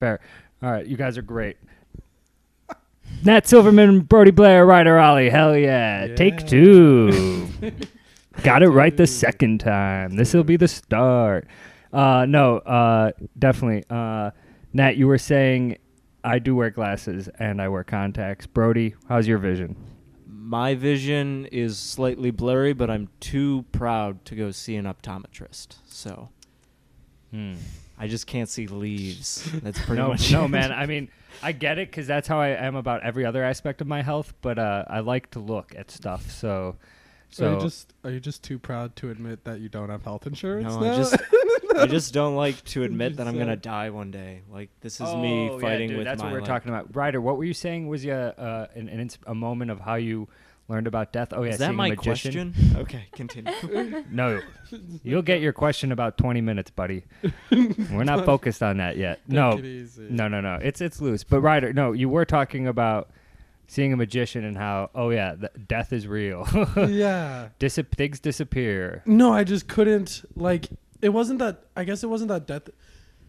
Fair. All right, you guys are great. Nat Silverman, Brody Blair, Ryder Ollie. Hell yeah. Take Yeah. two. Got it right the second time. This will be the start. Uh, no, uh, definitely. Uh, Nat, you were saying I do wear glasses and I wear contacts. Brody, how's your vision? My vision is slightly blurry, but I'm too proud to go see an optometrist. So I just can't see leaves. That's pretty Hmm. No, much no, it. man. I mean, I get it because that's how I am about every other aspect of my health. But uh, I like to look at stuff. So, are so you just are you just too proud to admit that you don't have health insurance? No, now? I just I just don't like to admit that I'm Just, uh, gonna die one day. Like this is me Oh, yeah, fighting dude, with That's my what we're like- talking about, Ryder. What were you saying? Was your uh, an, an ins- a moment of how you learned about death? Oh yeah, Is that seeing my a magician. question? Okay, continue. No, you'll get your question about twenty minutes, buddy. We're not focused on that yet. No, it easy. no, no, no. It's it's loose. But Ryder, no, you were talking about seeing a magician and how oh yeah, th- death is real. yeah. Disap- things disappear. No, I just couldn't like it wasn't that I guess it wasn't that death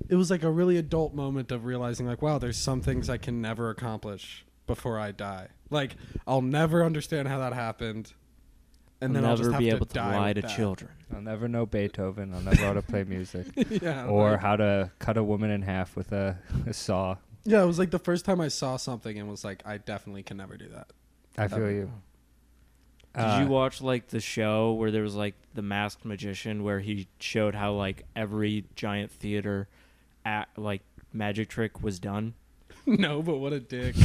it was like a really adult moment of realizing like wow, there's some things I can never accomplish before I die. Like I'll never understand how that happened. And I'll then I'll just never have be to able to die lie with to that. children. I'll never know Beethoven. I'll never know how to play music yeah. or like- how to cut a woman in half with a, a saw. yeah, it was like the first time I saw something and was like I definitely can never do that. I feel you. Did Uh, you watch like the show where there was like the masked magician where he showed how like every giant theater act like magic trick was done? no, but what a dick.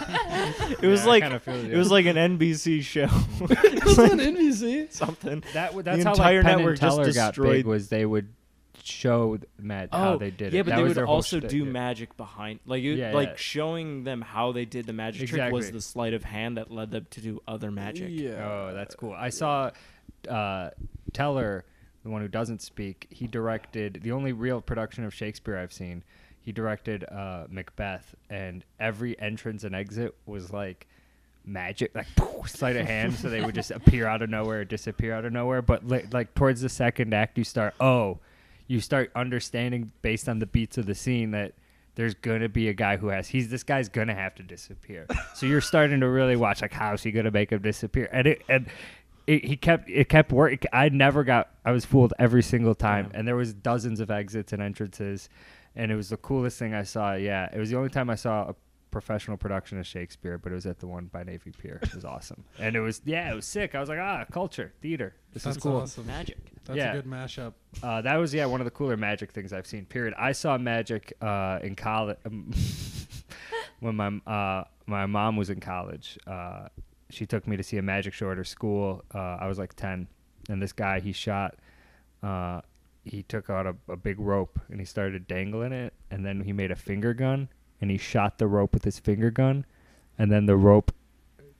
It was Yeah, I like kinda feel you. it was like an NBC show. it was on NBC. Something. That w- that's The how entire like Penn network and just Teller got big destroyed- was they would show th- Matt how they did Oh, yeah, it. but That they was would their whole also shtick, do yeah. magic behind, like you, Yeah, like yeah. showing them how they did the magic trick was Exactly. the sleight of hand that led them to do other magic. Yeah. Oh, that's cool. I saw uh, Teller, the one who doesn't speak. He directed the only real production of Shakespeare I've seen. He directed uh, Macbeth, and every entrance and exit was like magic, like poof, sleight of hand. so they would just appear out of nowhere, disappear out of nowhere. But li- like towards the second act, you start oh, you start understanding based on the beats of the scene that. There's gonna be a guy who has he's this guy's gonna have to disappear. So you're starting to really watch like how is he gonna make him disappear? And it and it, he kept it kept work. I never got. I was fooled every single time, and there was dozens of exits and entrances, and it was the coolest thing I saw. Yeah, it was the only time I saw a professional production of Shakespeare, but it was at the one by Navy Pier. It was awesome, and it was yeah, it was sick. I was like, ah, culture, theater. This That's is cool. awesome. Magic. That's Yeah. a good mashup. Uh, that was yeah one of the cooler magic things I've seen. Period. I saw magic uh, in college um, when my uh, my mom was in college. Uh, she took me to see a magic show at her school. Uh, I was like ten, and this guy he shot. Uh, he took out a, a big rope and he started dangling it, and then he made a finger gun and he shot the rope with his finger gun, and then the rope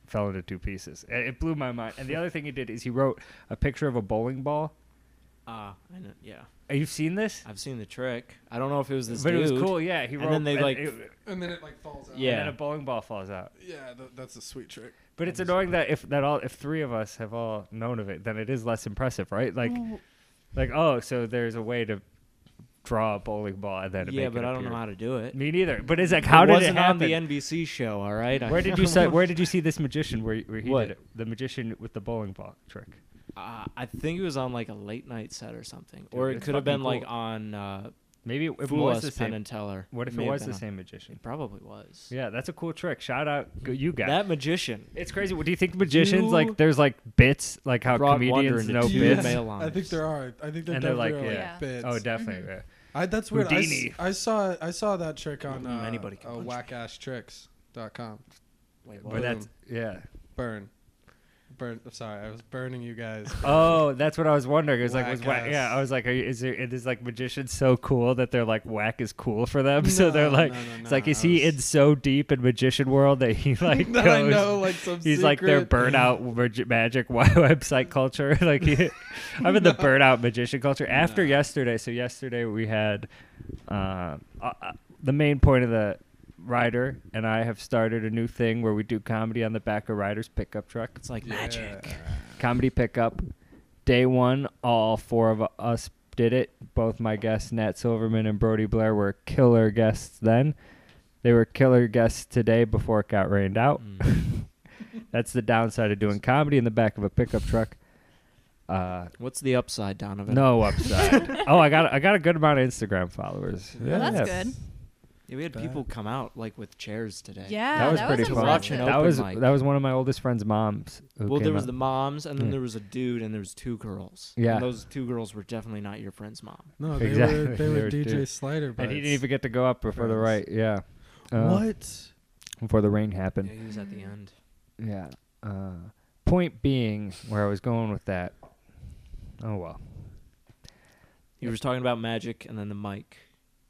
fell into two pieces. It it blew my mind. And the other thing he did is he wrote a picture of a bowling ball. Ah, I know. Yeah, You've seen this? I've seen the trick. I don't know if it was this but dude. it was cool. Yeah, he And wrote. then they, like, it- And then it like falls out. Yeah. and then a bowling ball falls out. Yeah, th- that's a sweet trick. But it's annoying that if that all if three of us have all known of it, then it is less impressive, right? Like, like oh, so there's a way to draw a bowling ball and then yeah, make but it I don't know appear. how to do it. Me neither. But it's like, how it did it wasn't happen? on the NBC show? All right. I- where did you see, Where did you see this magician? Where, where he What? did it? The magician with the bowling ball trick. Uh, I think it was on like a late night set or something, Dude, or it it's could have been fucking like cool. on uh, Maybe it, it Fool was Us, the Penn same. and Teller. what if may it have was been the on- same magician? It probably was. Yeah, that's a cool trick. Shout out, go- you guys. That magician It's crazy. Well, Do you think magicians You like there's like bits like how brought wonder comedians into know two bits? male I think lives. there are. I think there And they're definitely like, are yeah. like bits. Oh, Mm-hmm. definitely. yeah. I, that's weird. I, s- Houdini. I saw. I saw that trick on Mm, uh, anybody can uh, punch me. whackasstricks.com. Wait, But what? that's yeah. Burn. Burn. I'm sorry, I was burning you guys. Oh, that's what I was wondering. It was like, was Whack whack, yeah. ass. I was like, are you, is there, it is like magicians so cool that they're like whack is cool for them? so No, they're like, no, no, it's like, no, is I he was- in so deep in magician world that he like That goes? I know, like some. He's like their secret- burnout mag- magic wi- website culture. like he- I'm in the burnout magician culture. After No. yesterday, so yesterday we had uh, uh, uh, the main point of the rider, and I have started a new thing where we do comedy on the back of riders pickup truck. it's like magic. Yeah. Comedy pickup. Day one, all four of us did it. Both my guests, Nat Silverman and Brody Blair, were killer guests then. They were killer guests today before it got rained out. Mm. That's the downside of doing comedy in the back of a pickup truck. Uh, What's the upside, Donovan? no upside. oh, I got I got a good amount of Instagram followers. Well, Yes. that's good. Yeah, we had people come out like with chairs today. Yeah, That was pretty was fun. impressive. That Open was mic. that was one of my oldest friend's moms. who Well, there came was out. the moms, and then Yeah. there was a dude, and there was two girls. Yeah. and those two girls were definitely not your friend's mom. No, they Exactly. were they They were were DJ dudes. Slider bites. and he didn't even get to go up before the right. Friends. Yeah. Uh, what? Before the rain Yeah, happened. he was at the end. Yeah. Uh, point being, where I was going with that. Oh well, You were talking about magic, and then the mic.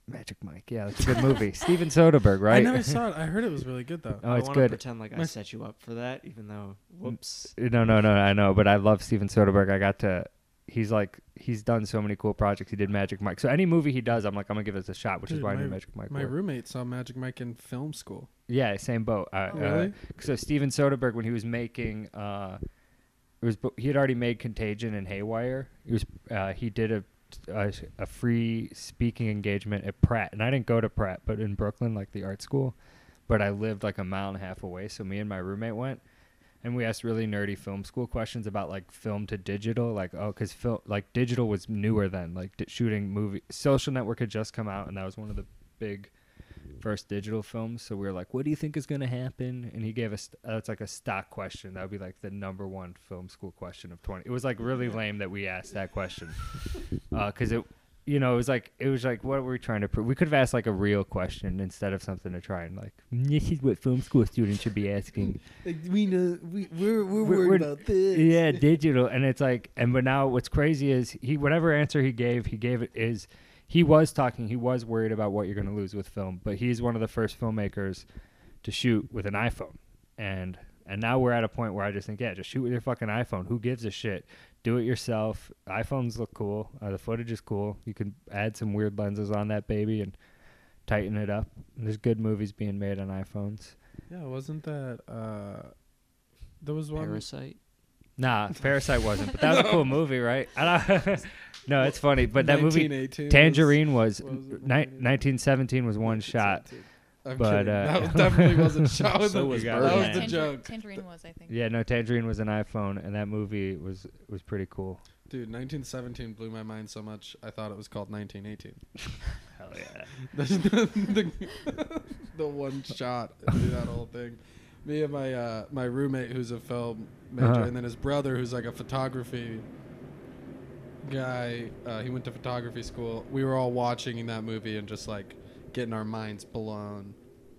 Magic Mike. Yeah, that's a good movie. Steven Soderbergh, right? I never saw it. I heard it was really good though. oh, I it's wanna good. Pretend like I My- set you up for that, even though whoops. no, no, no. I know, but I love Steven Soderbergh. I got to. He's like he's done so many cool projects. He did Magic Mike. So any movie he does, I'm like I'm gonna give this a shot, which is Dude, why I my- knew Magic Mike. My worked. roommate saw Magic Mike in film school. Yeah, same boat. Uh, Oh, uh, really? so Steven Soderbergh, when he was making, uh, it was he had already made Contagion and Haywire. He was uh, he did a, a a free speaking engagement at Pratt, and I didn't go to Pratt, but in Brooklyn, like the art school, but I lived like a mile and a half away, so me and my roommate went. And we asked really nerdy film school questions about like film to digital, like oh, because film like digital was newer then, like di- shooting movie. Social Network had just come out, and that was one of the big first digital films. So we were like, "What do you think is going to happen?" And he gave us that's like a stock question. That would be like the number one film school question of twenty. It was like really lame that we asked that question because it, you know, it was like it was like what were we trying to prove? We could have asked like a real question instead of something to try and like this is what film school students should be asking. we know we we're we're, Yeah, digital. And it's like, and but now what's crazy is he, whatever answer he gave, he gave it is he was talking, he was worried about what you're going to lose with film, but he's one of the first filmmakers to shoot with an iPhone. And, and now we're at a point where I just think, yeah, just shoot with your fucking iPhone. Who gives a shit? Do it yourself. iPhones look cool. Uh, the footage is cool. You can add some weird lenses on that baby and tighten it up. There's good movies being made on iPhones. Yeah, wasn't that uh there was one Parasite. Nah, Parasite wasn't, but that was a cool movie, right? I don't- no, it's funny, but that movie 1918 was- Tangerine was, what was it? ni- 1917 was one shot. 1917. I'm but, kidding. uh, that definitely wasn't shot. with So the- was that Birdman. was the Tanger- joke, Tangerine was, I think. Yeah, no, Tangerine was an iPhone, and that movie was was pretty cool. dude. 1917 blew my mind so much. I thought it was called 1918. Hell yeah! That's the, the, the one shot through that whole thing. Me and my uh, my roommate, who's a film major, Uh-huh. and then his brother, who's like a photography guy. Uh, he went to photography school. We were all watching that movie and just like getting our minds blown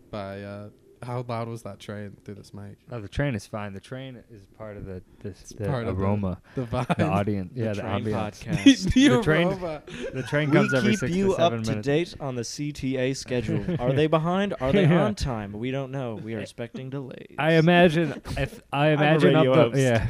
by uh, how loud was that train through this mic? Oh, the train is fine. The train is part of the this the part of the- aroma, The the, vibe. audience, yeah, the train ambience. podcast. the The train- aroma. The train comes we every keep six you to seven up to minutes. date on the CTA schedule. Are they behind? Are they Yeah. on time? We don't know. We are expecting delays. I imagine. If, I I'm a imagine radio up the, yeah. host.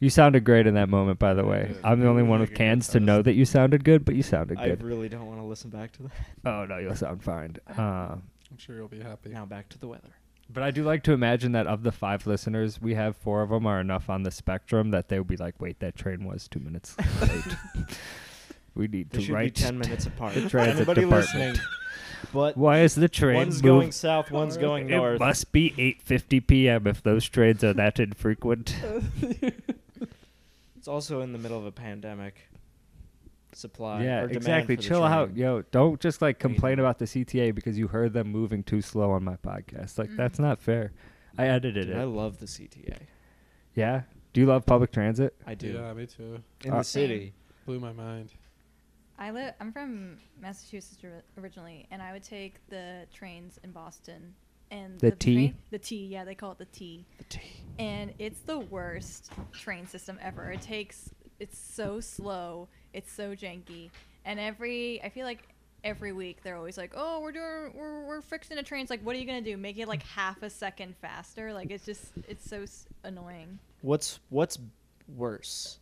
You sounded great in that moment, by the way. Yeah. I'm the only one with cans to know that you sounded good, but you sounded I good. really don't want to listen back to that. Oh no, you'll sound fine. Uh, I'm sure you'll be happy. Now back to the weather. but I do like to imagine that of the five listeners we have, four of them are enough on the spectrum that they would be like, "Wait, that train was two minutes late. we need They to should write be ten minutes apart. the transit Anybody department. listening? But Why is the train one's move- going south, one's going north. It must be 8:50 p.m. if those trains are that infrequent. It's also in the middle of a pandemic. Supply. yeah, or demand exactly. for the Chill train. out, yo. Don't just like complain Waiting. about the CTA because you heard them moving too slow on my podcast. Like that's not fair. I edited Mm. Dude, I it. love the CTA. yeah. Do you love public transit? I do. Yeah, me too. In Uh, the city. Blew my mind. I live. I'm from Massachusetts ori- originally, and I would take the trains in Boston. And The T? train- the T, yeah, they call it the T, The tea. and it's the worst train system ever. It takes. It's so slow. It's so janky, and every. I feel like every week they're always like, "Oh, we're doing. We're, we're fixing a train." It's like, what are you gonna do? Make it like half a second faster? Like it's just. It's so s- annoying. What's what's worse,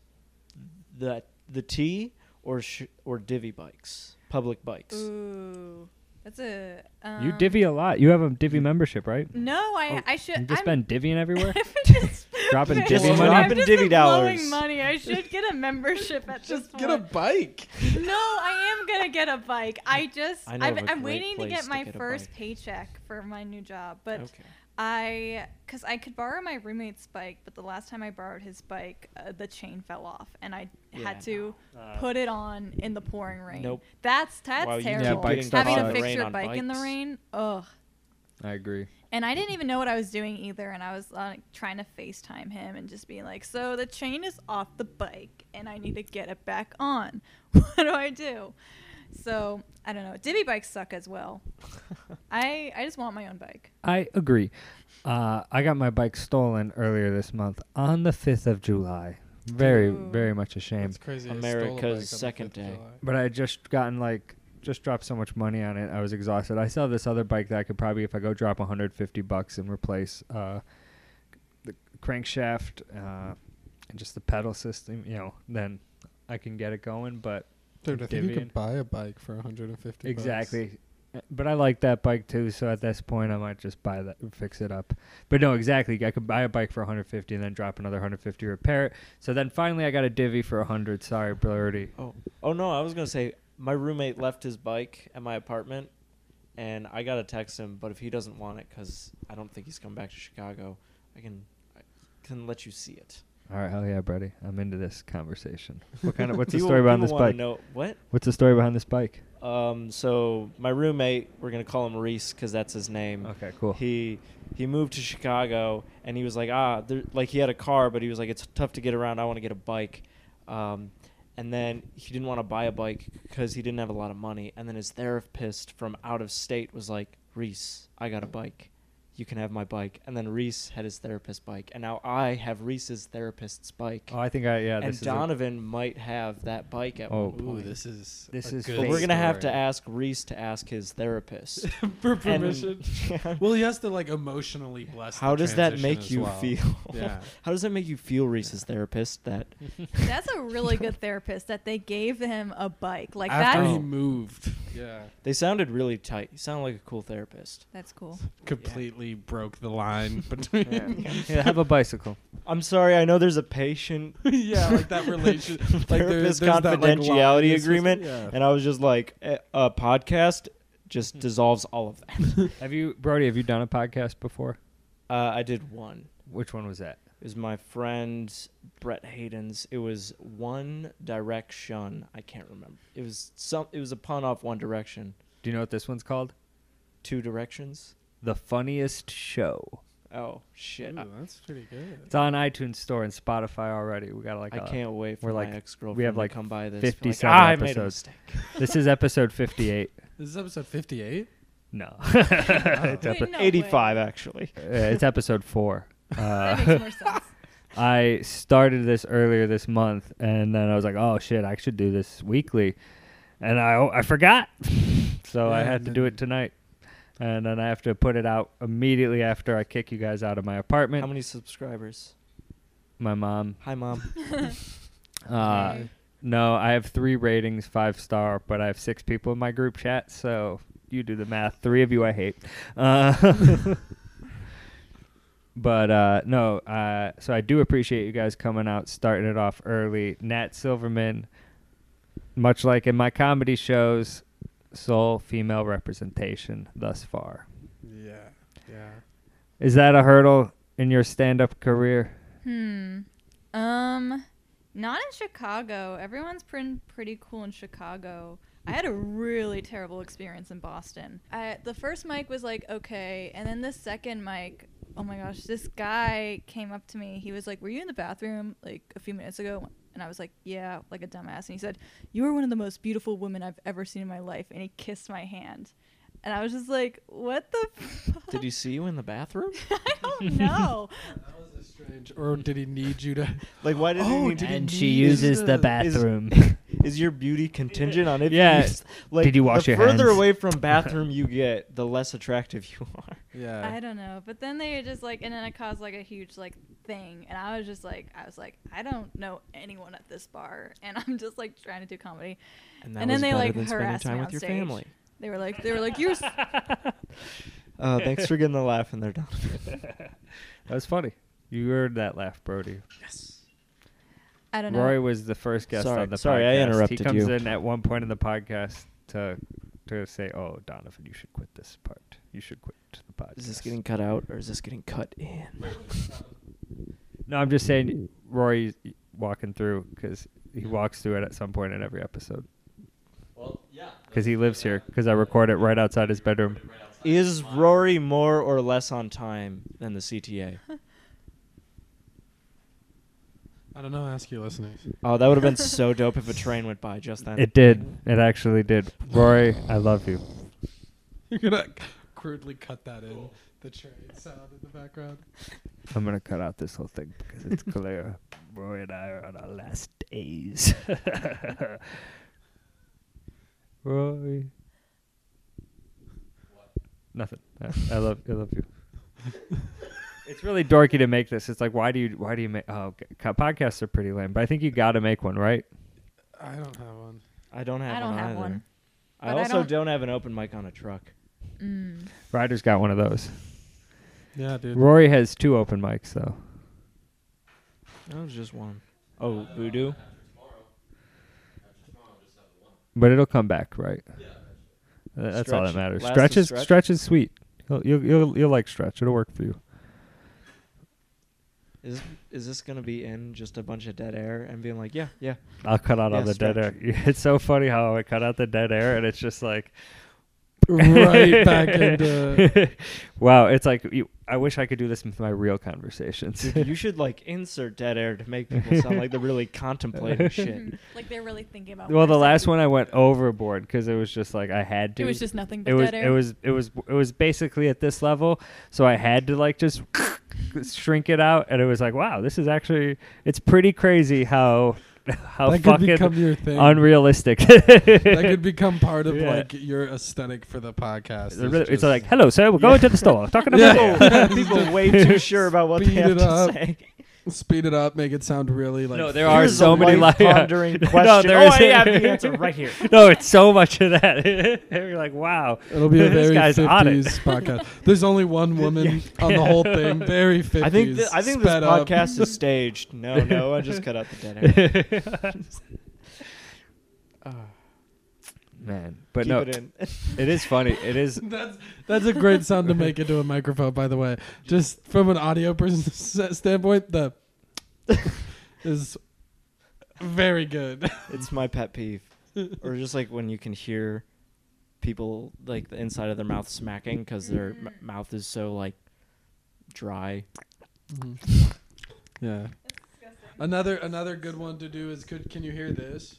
the the T or sh- or divvy bikes, public bikes? Mm, Ooh, that's a. Um, you divvy a lot. You have a divvy membership, right? Oh, No, I. I should. You've just I'm, been divvying everywhere. I've just Dropping I've divvy just- money? I've Dropping just divvy been blowing dollars. money. I should get a membership at this Just point. get a bike. No, I am gonna get a bike. I just I I know am of a I'm great waiting to place get to my get a first bike. paycheck for my new job, but Okay. I because I could borrow my roommate's bike, but the last time I borrowed his bike, uh, the chain fell off, and I Yeah, had to put it on in the pouring rain. Uh, Nope. That's that's Wow, you keep terrible. getting stuff Having on to the fix rain your on bike in the bikes. rain, ugh. I agree. And I didn't even know what I was doing either. And I was like trying to FaceTime him and just being like, so the chain is off the bike and I need to get it back on. What do I do? So I don't know. Divvy bikes suck as well. I I just want my own bike. I agree. Uh, I got my bike stolen earlier this month on the 5th of July. Very, Ooh. very much a shame. That's crazy. I stole a America's bike on the second 5th of day. July. But I had just gotten like just dropped so much money on it. I was exhausted. I saw this other bike that I could probably, if I go drop 150 bucks and replace uh, the crankshaft uh, and just the pedal system, you know, then I can get it going. But Dude, I think you Divvying. could buy a bike for 150. bucks. Exactly. Uh, But I like that bike too, so at this point I might just buy that, fix it up. But no, exactly. I could buy a bike for 150 and then drop another 150 repair it. So then finally I got a divvy for 100. Sorry, Blurdy. Oh, oh no! I was gonna say my roommate left his bike at my apartment, and I gotta text him. But if he doesn't want it, because I don't think he's coming back to Chicago, I can I can let you see it. All right, hell yeah, Brady. I'm into this conversation. What kind of? What's the People- story behind people this wanna bike? Know, what? What's the story behind this bike? Um, so my roommate, we're gonna call him Reese because that's his name. Okay, cool. He he moved to Chicago and he was like, ah, there, like he had a car, but he was like, it's tough to get around. I want to get a bike. Um, and then he didn't want to buy a bike because he didn't have a lot of money. And then his therapist from out of state was like, Reese, I got a bike. You can have my bike. And then Reese had his therapist bike, and now I have Reese's therapist's bike. Oh, I think I yeah. and this is a- Donovan might have that bike at Oh, one point. Ooh, this is This a is good fate. But we're gonna have to story. ask Reese to ask his therapist. for And- permission. well, he has to like emotionally bless. How the does that transition make as you well. feel? Yeah. How does that make you feel, Reese's therapist? That That's a really good therapist that they gave him a bike. Like After he Oh. that's moved, yeah, they sounded really tight. You sound like a cool therapist. that's cool. completely broke the line between. yeah, have a bicycle. I'm sorry. I know there's a patient yeah, like that relation, like there- therapist there's that, like, line confidentiality that's just- agreement, yeah. and I was just like, eh, a podcast just Hmm. dissolves all of that. Have you, Brody? Have you done a podcast before? Uh, I did one. Which one was that? It was my friend Brett Hayden's. It was One Direction. I can't remember. It was some. It was a pun off One Direction. Do you know what this one's called? Two Directions. The funniest show. Oh shit! I, Ooh, that's pretty good. It's on iTunes Store and Spotify already. We got like I a- can't wait for we're Oh my like- ex girlfriend. we have like to come by this. 50 Be like, some "Ah, I made a episodes." mistake. This is episode 58. This is episode fifty-eight. No. it's, Wait, epi- no way. Eighty-five actually. uh, it's episode 4. That Uh, makes more sense. I started this earlier this month and then I was like, "Oh shit, I should do this weekly." And I I forgot. so I Yeah, had and to do then- it tonight. And then I have to put it out immediately after I kick you guys out of my apartment. How many subscribers? my mom. Hi mom. Uh, Hey. No, I have three ratings, five star, but I have six people in my group chat, so you do the math. Three of you I hate. Uh, but uh, no, uh, so I do appreciate you guys coming out, starting it off early. Nat Silverman, much like in my comedy shows, sole female representation thus far. Yeah, yeah. Is that a hurdle in your stand up career? Hmm. Um, not in Chicago. Everyone's pretty pretty cool in Chicago. I had a really terrible experience in Boston. I, the first mic was like okay, and then the second mic, oh my gosh, this guy came up to me. He was like, "Were you in the bathroom like a few minutes ago?" And I was like, "Yeah," like a dumbass. And he said, "You are one of the most beautiful women I've ever seen in my life," and he kissed my hand. And I was just like, "What the? Fuck? Did he see you in the bathroom? I don't know." That was a strange. Or did he need you to? Like why did Oh, he? did he And And she she need uses uses the- the the bathroom. bathroom. Is your beauty contingent on if? Yeah. You s- like, Did you wash the your further hands? away from bathroom you get, the less attractive you are. Yeah. Uh, I don't know. But then they just like, and then it caused like a huge like thing. And I was just like, I was like, I don't know anyone at this bar, and I'm just like trying to do comedy. that And then was they, better like, than spending harassed me time on with your stage. family. They were like, they were like, you're. s- Uh, thanks for getting the laugh in there, Donovan. That was funny. You heard that laugh, Brody. Yes. I don't know. Rory was the first guest Sorry- on the sorry, podcast. I He interrupted comes you. in at one point in the podcast to to say, "Oh, Donovan, you should quit this part. You should quit the podcast." Is this getting cut out or is this getting cut in? No, I'm just saying Rory's walking through because he walks through it at some point in every episode. Well, yeah. Because he lives here. Because I record it right outside his bedroom. Is Rory more or less on time than the CTA? I don't know. Ask your listeners. Oh, that would have been so dope if a train went by just then. It did. It actually did. Rory, I love you. You're gonna crudely cut that in the train sound in the background. I'm gonna cut out this whole thing because it's clear Roy and I are on our last days. Roy. Nothing. I, I love. I love you. it's really dorky to make this. It's like, why do you? Why do you make? Oh, okay. Co- podcasts are pretty lame, but I think you got to make one, right? I don't have one. I don't have I don't one. have either. one. I But I also don't- don't... have an open mic on a truck. Mm. Ryder's got one of those. Yeah, dude. Rory has two open mics though. That was just one. Oh, voodoo. But it'll come back, right? Uh, That's all that Stretch. matters. Last Stretch is is stretch. stretch is sweet. You'll, you'll you'll you'll like stretch. It'll work for you. Is is this gonna be in just a bunch of dead air and being like, yeah, yeah? I'll cut out all Yeah, the dead stretch. air. It's so funny how I cut out the dead air, and it's just like right back into. wow. It's like you, I wish I could do this with my real conversations. Dude, you should like insert dead air to make people sound like they're really contemplating shit. Mhm. like they're really thinking about. well, what the they're last saying. one I went overboard because it was just like I had to. It was just nothing but it was dead air. it was it was it was basically at this level so i had to like just shrink it out and it was like wow this is actually it's pretty crazy how how That could become fucking your thing. unrealistic that could become part of Yeah. like your aesthetic for the podcast. it's, is really- it's just- like hello sir we're going to the store talking about Yeah. it." People, people way too sure about what Speed they have it to up. say. speed it up, make it sound really like. no there are Here's so a many life li- yeah. pondering no, question. there oh, is- I have the answer right here. no it's so much of that And you're like wow It'll be a This very guy's on it. 50s podcast. There's only one woman on the whole thing. Very 50s. I think th- I think this sped up. podcast is staged. No, no, I just cut out the dead man air. but Ah. Keep no it in. it is funny it is That's that's a great sound to make into a microphone, by the way. Just from an audio person s- standpoint, the is very good. It's my pet peeve. or just like when you can hear people like the inside of their mouth smacking because their m- Mhm. mouth is so like dry. yeah. Another another good one to do is could can you hear this?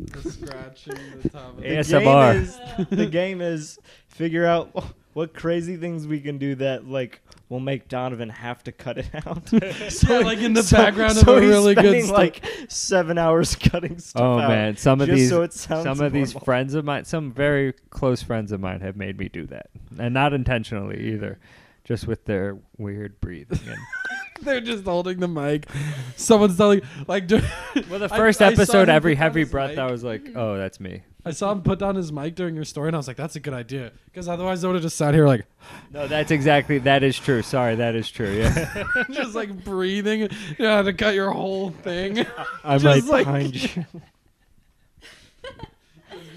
The scratching the top of the Yes. ASMR. Game is, the game is figure out what crazy things we can do that like will make Donovan have to cut it out. so Yeah, like in the background of a he's really good spending, stuff. like seven hours cutting stuff. Oh out man, some of just these so it sounds some of these normal. friends of mine, some very close friends of mine have made me do that. And not intentionally either, just with their weird breathing. And They're just holding the mic. Someone's telling like dur- well, the I- first I saw episode, him every put down heavy his breath, mic. I was Mm-hmm. like, "Oh, that's me." I saw him put down his mic during your story, and I was like, "That's a good idea," because otherwise I would have just sat here like, No, that's exactly that is true. Sorry, that is true. Yeah, just like breathing. You had to cut your whole thing. I'm Just like, like-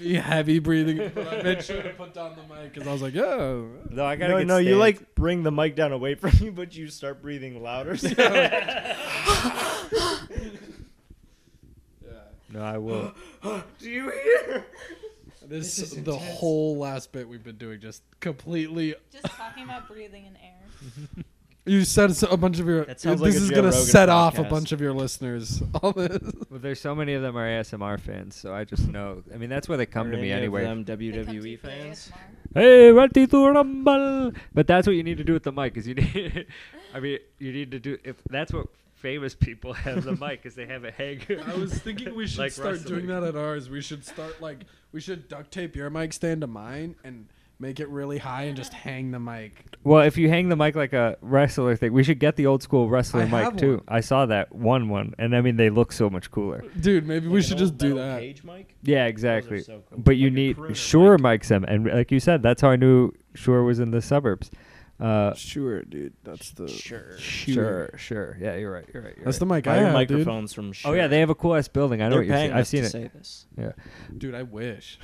Be heavy breathing. But I made sure to put down the mic because I was like, "Yeah." no, I gotta No, get no, you stands. like bring the mic down away from you, but you start breathing louder. So No, I will. do you hear? This, is the whole last bit we've been doing just completely. Just talking about breathing in air. You said so- a bunch of your. That This sounds like a is Joe gonna Rogan set off a podcast. bunch of your listeners. All this. Well, there's so many of them are ASMR fans, so I just know. I mean, that's where they come to me anyway. Them They E come to WWE you for fans. ASMR. Hey, ready to rumble. But that's what you need to do with the mic. Is you need, I mean, you need to do if that's what famous people have the mic is they have it hang. I was thinking we should Like start wrestling. doing that at ours. We should start like we should duct tape your mic stand to mine and make it really high and just hang the mic. Well, if you hang the mic like a wrestler thing, we should get the old school wrestler I mic have too. one. I saw that one one, and I mean they look so much cooler. Dude, maybe we should just do that. Cage mic. Yeah, exactly. so cool. But you Like a need crooner sure mic. mics them, and like you said, that's how I knew Sure was in the suburbs. Uh, sure, dude. That's the Sure. sure, sure. Yeah, you're right. You're right. You're That's the right. mic I Buy your have, microphones from. Sure. Oh yeah, they have a cool ass building. I know They're what you're paying saying. I've us to seen it. Say this. Yeah. dude. Dude, I wish.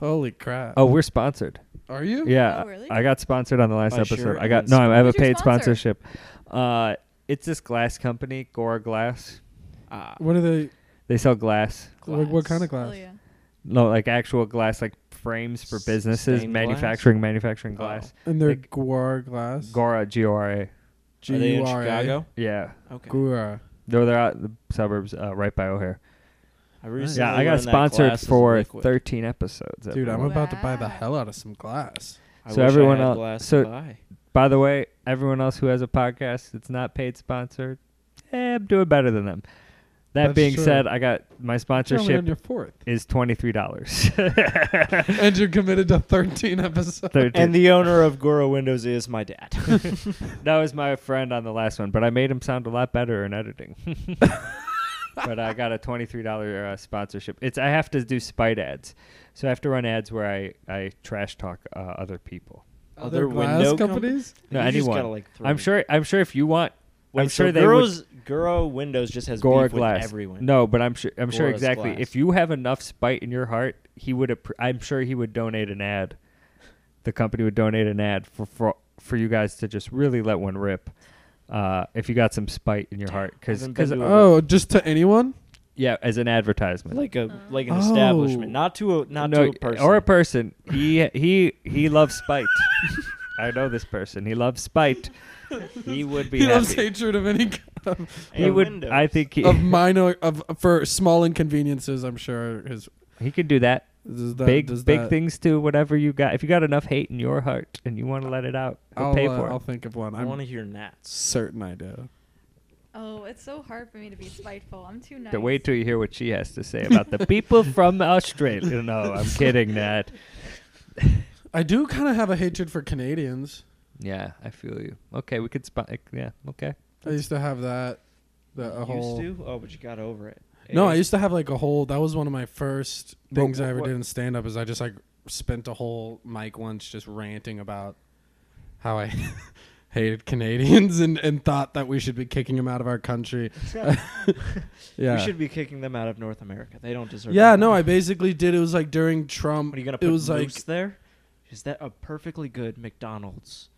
Holy crap! Oh, we're sponsored. are you? Yeah. Oh, really? I got sponsored on the last By episode. Sure I got and no. I have a Who's your paid sponsor? sponsorship. Uh, it's this glass company, Gora Glass. Ah, What are they? They sell glass. Like, what kind of Oh glass? yeah. No, like actual glass, like frames for S- businesses, stained glass? Oh, manufacturing, manufacturing glass. And they're Like- guar glass. Gora, G O R A. Are they in G-U-R-A. Chicago? Yeah, Okay. Guar. no, they're out in the suburbs, uh, right by O'Hare. I yeah, recently I got learned that sponsored glass is for liquid. 13 episodes. Dude, I'm everyone. Wow. about to buy the hell out of some glass. I so wish I everyone had else- glass to so- buy. By the way, everyone else who has a podcast that's not paid sponsored, eh, I'm doing better than them. That That's being true. said, I got my You're only on sponsorship your fourth, is twenty three dollars. and you're committed to 13 episodes. And the owner of Goro Windows is my dad. that was my friend on the last one, but I made him sound a lot better in editing. but I got a twenty three dollar uh, sponsorship. It's I have to do spite ads, so I have to run ads where I I trash talk uh, other people. Other window com- companies? No, You just anyone. gotta, like, throw I'm it. sure. I'm sure if you want, Wait, I'm sure so they would. Goro's, Goro Windows just has Gore beef glass. with everyone. No, but I'm sure. I'm sure Gora's exactly. glass. If you have enough spite in your heart, he would. Appr- I'm sure he would donate an ad. The company would donate an ad for for for you guys to just really let one rip. Uh, if you got some spite in your heart, because Haven't been to a- Oh, just to anyone? yeah, as an advertisement, like a like an Oh. establishment, not to a not No, to a person or a person. He he he loves spite. I know this person. He loves spite. He would be he happy. loves hatred of any kind he And would. Windows. I think he, of minor of for small inconveniences. I'm sure his he could do that. does that, big does big that- things too. Whatever you got, if you got enough hate in your heart and you want to let it out, we'll I'll, pay uh, for I'll it. think of one. I want I'm to hear gnats. certain I do. Oh, it's so hard for me to be spiteful. I'm too nice. But Wait till you hear what she has to say about the people from Australia. No, I'm kidding, Nat. I do kind of have a hatred for Canadians. Yeah, I feel you. Okay, we could spot. Yeah, okay. I used to have that. The, a whole. used to? Oh, but you got over it. No, Eh? I used to have like a whole. That was one of my first But things I wh- ever what- did in stand up. Is I just like spent a whole mic once just ranting about how I hated Canadians and and thought that we should be kicking them out of our country. uh, yeah. We should be kicking them out of North America. They don't deserve. yeah, that. no, I basically did. It was like during Trump. What are you gonna it put was like moose there? Is that a perfectly good McDonald's?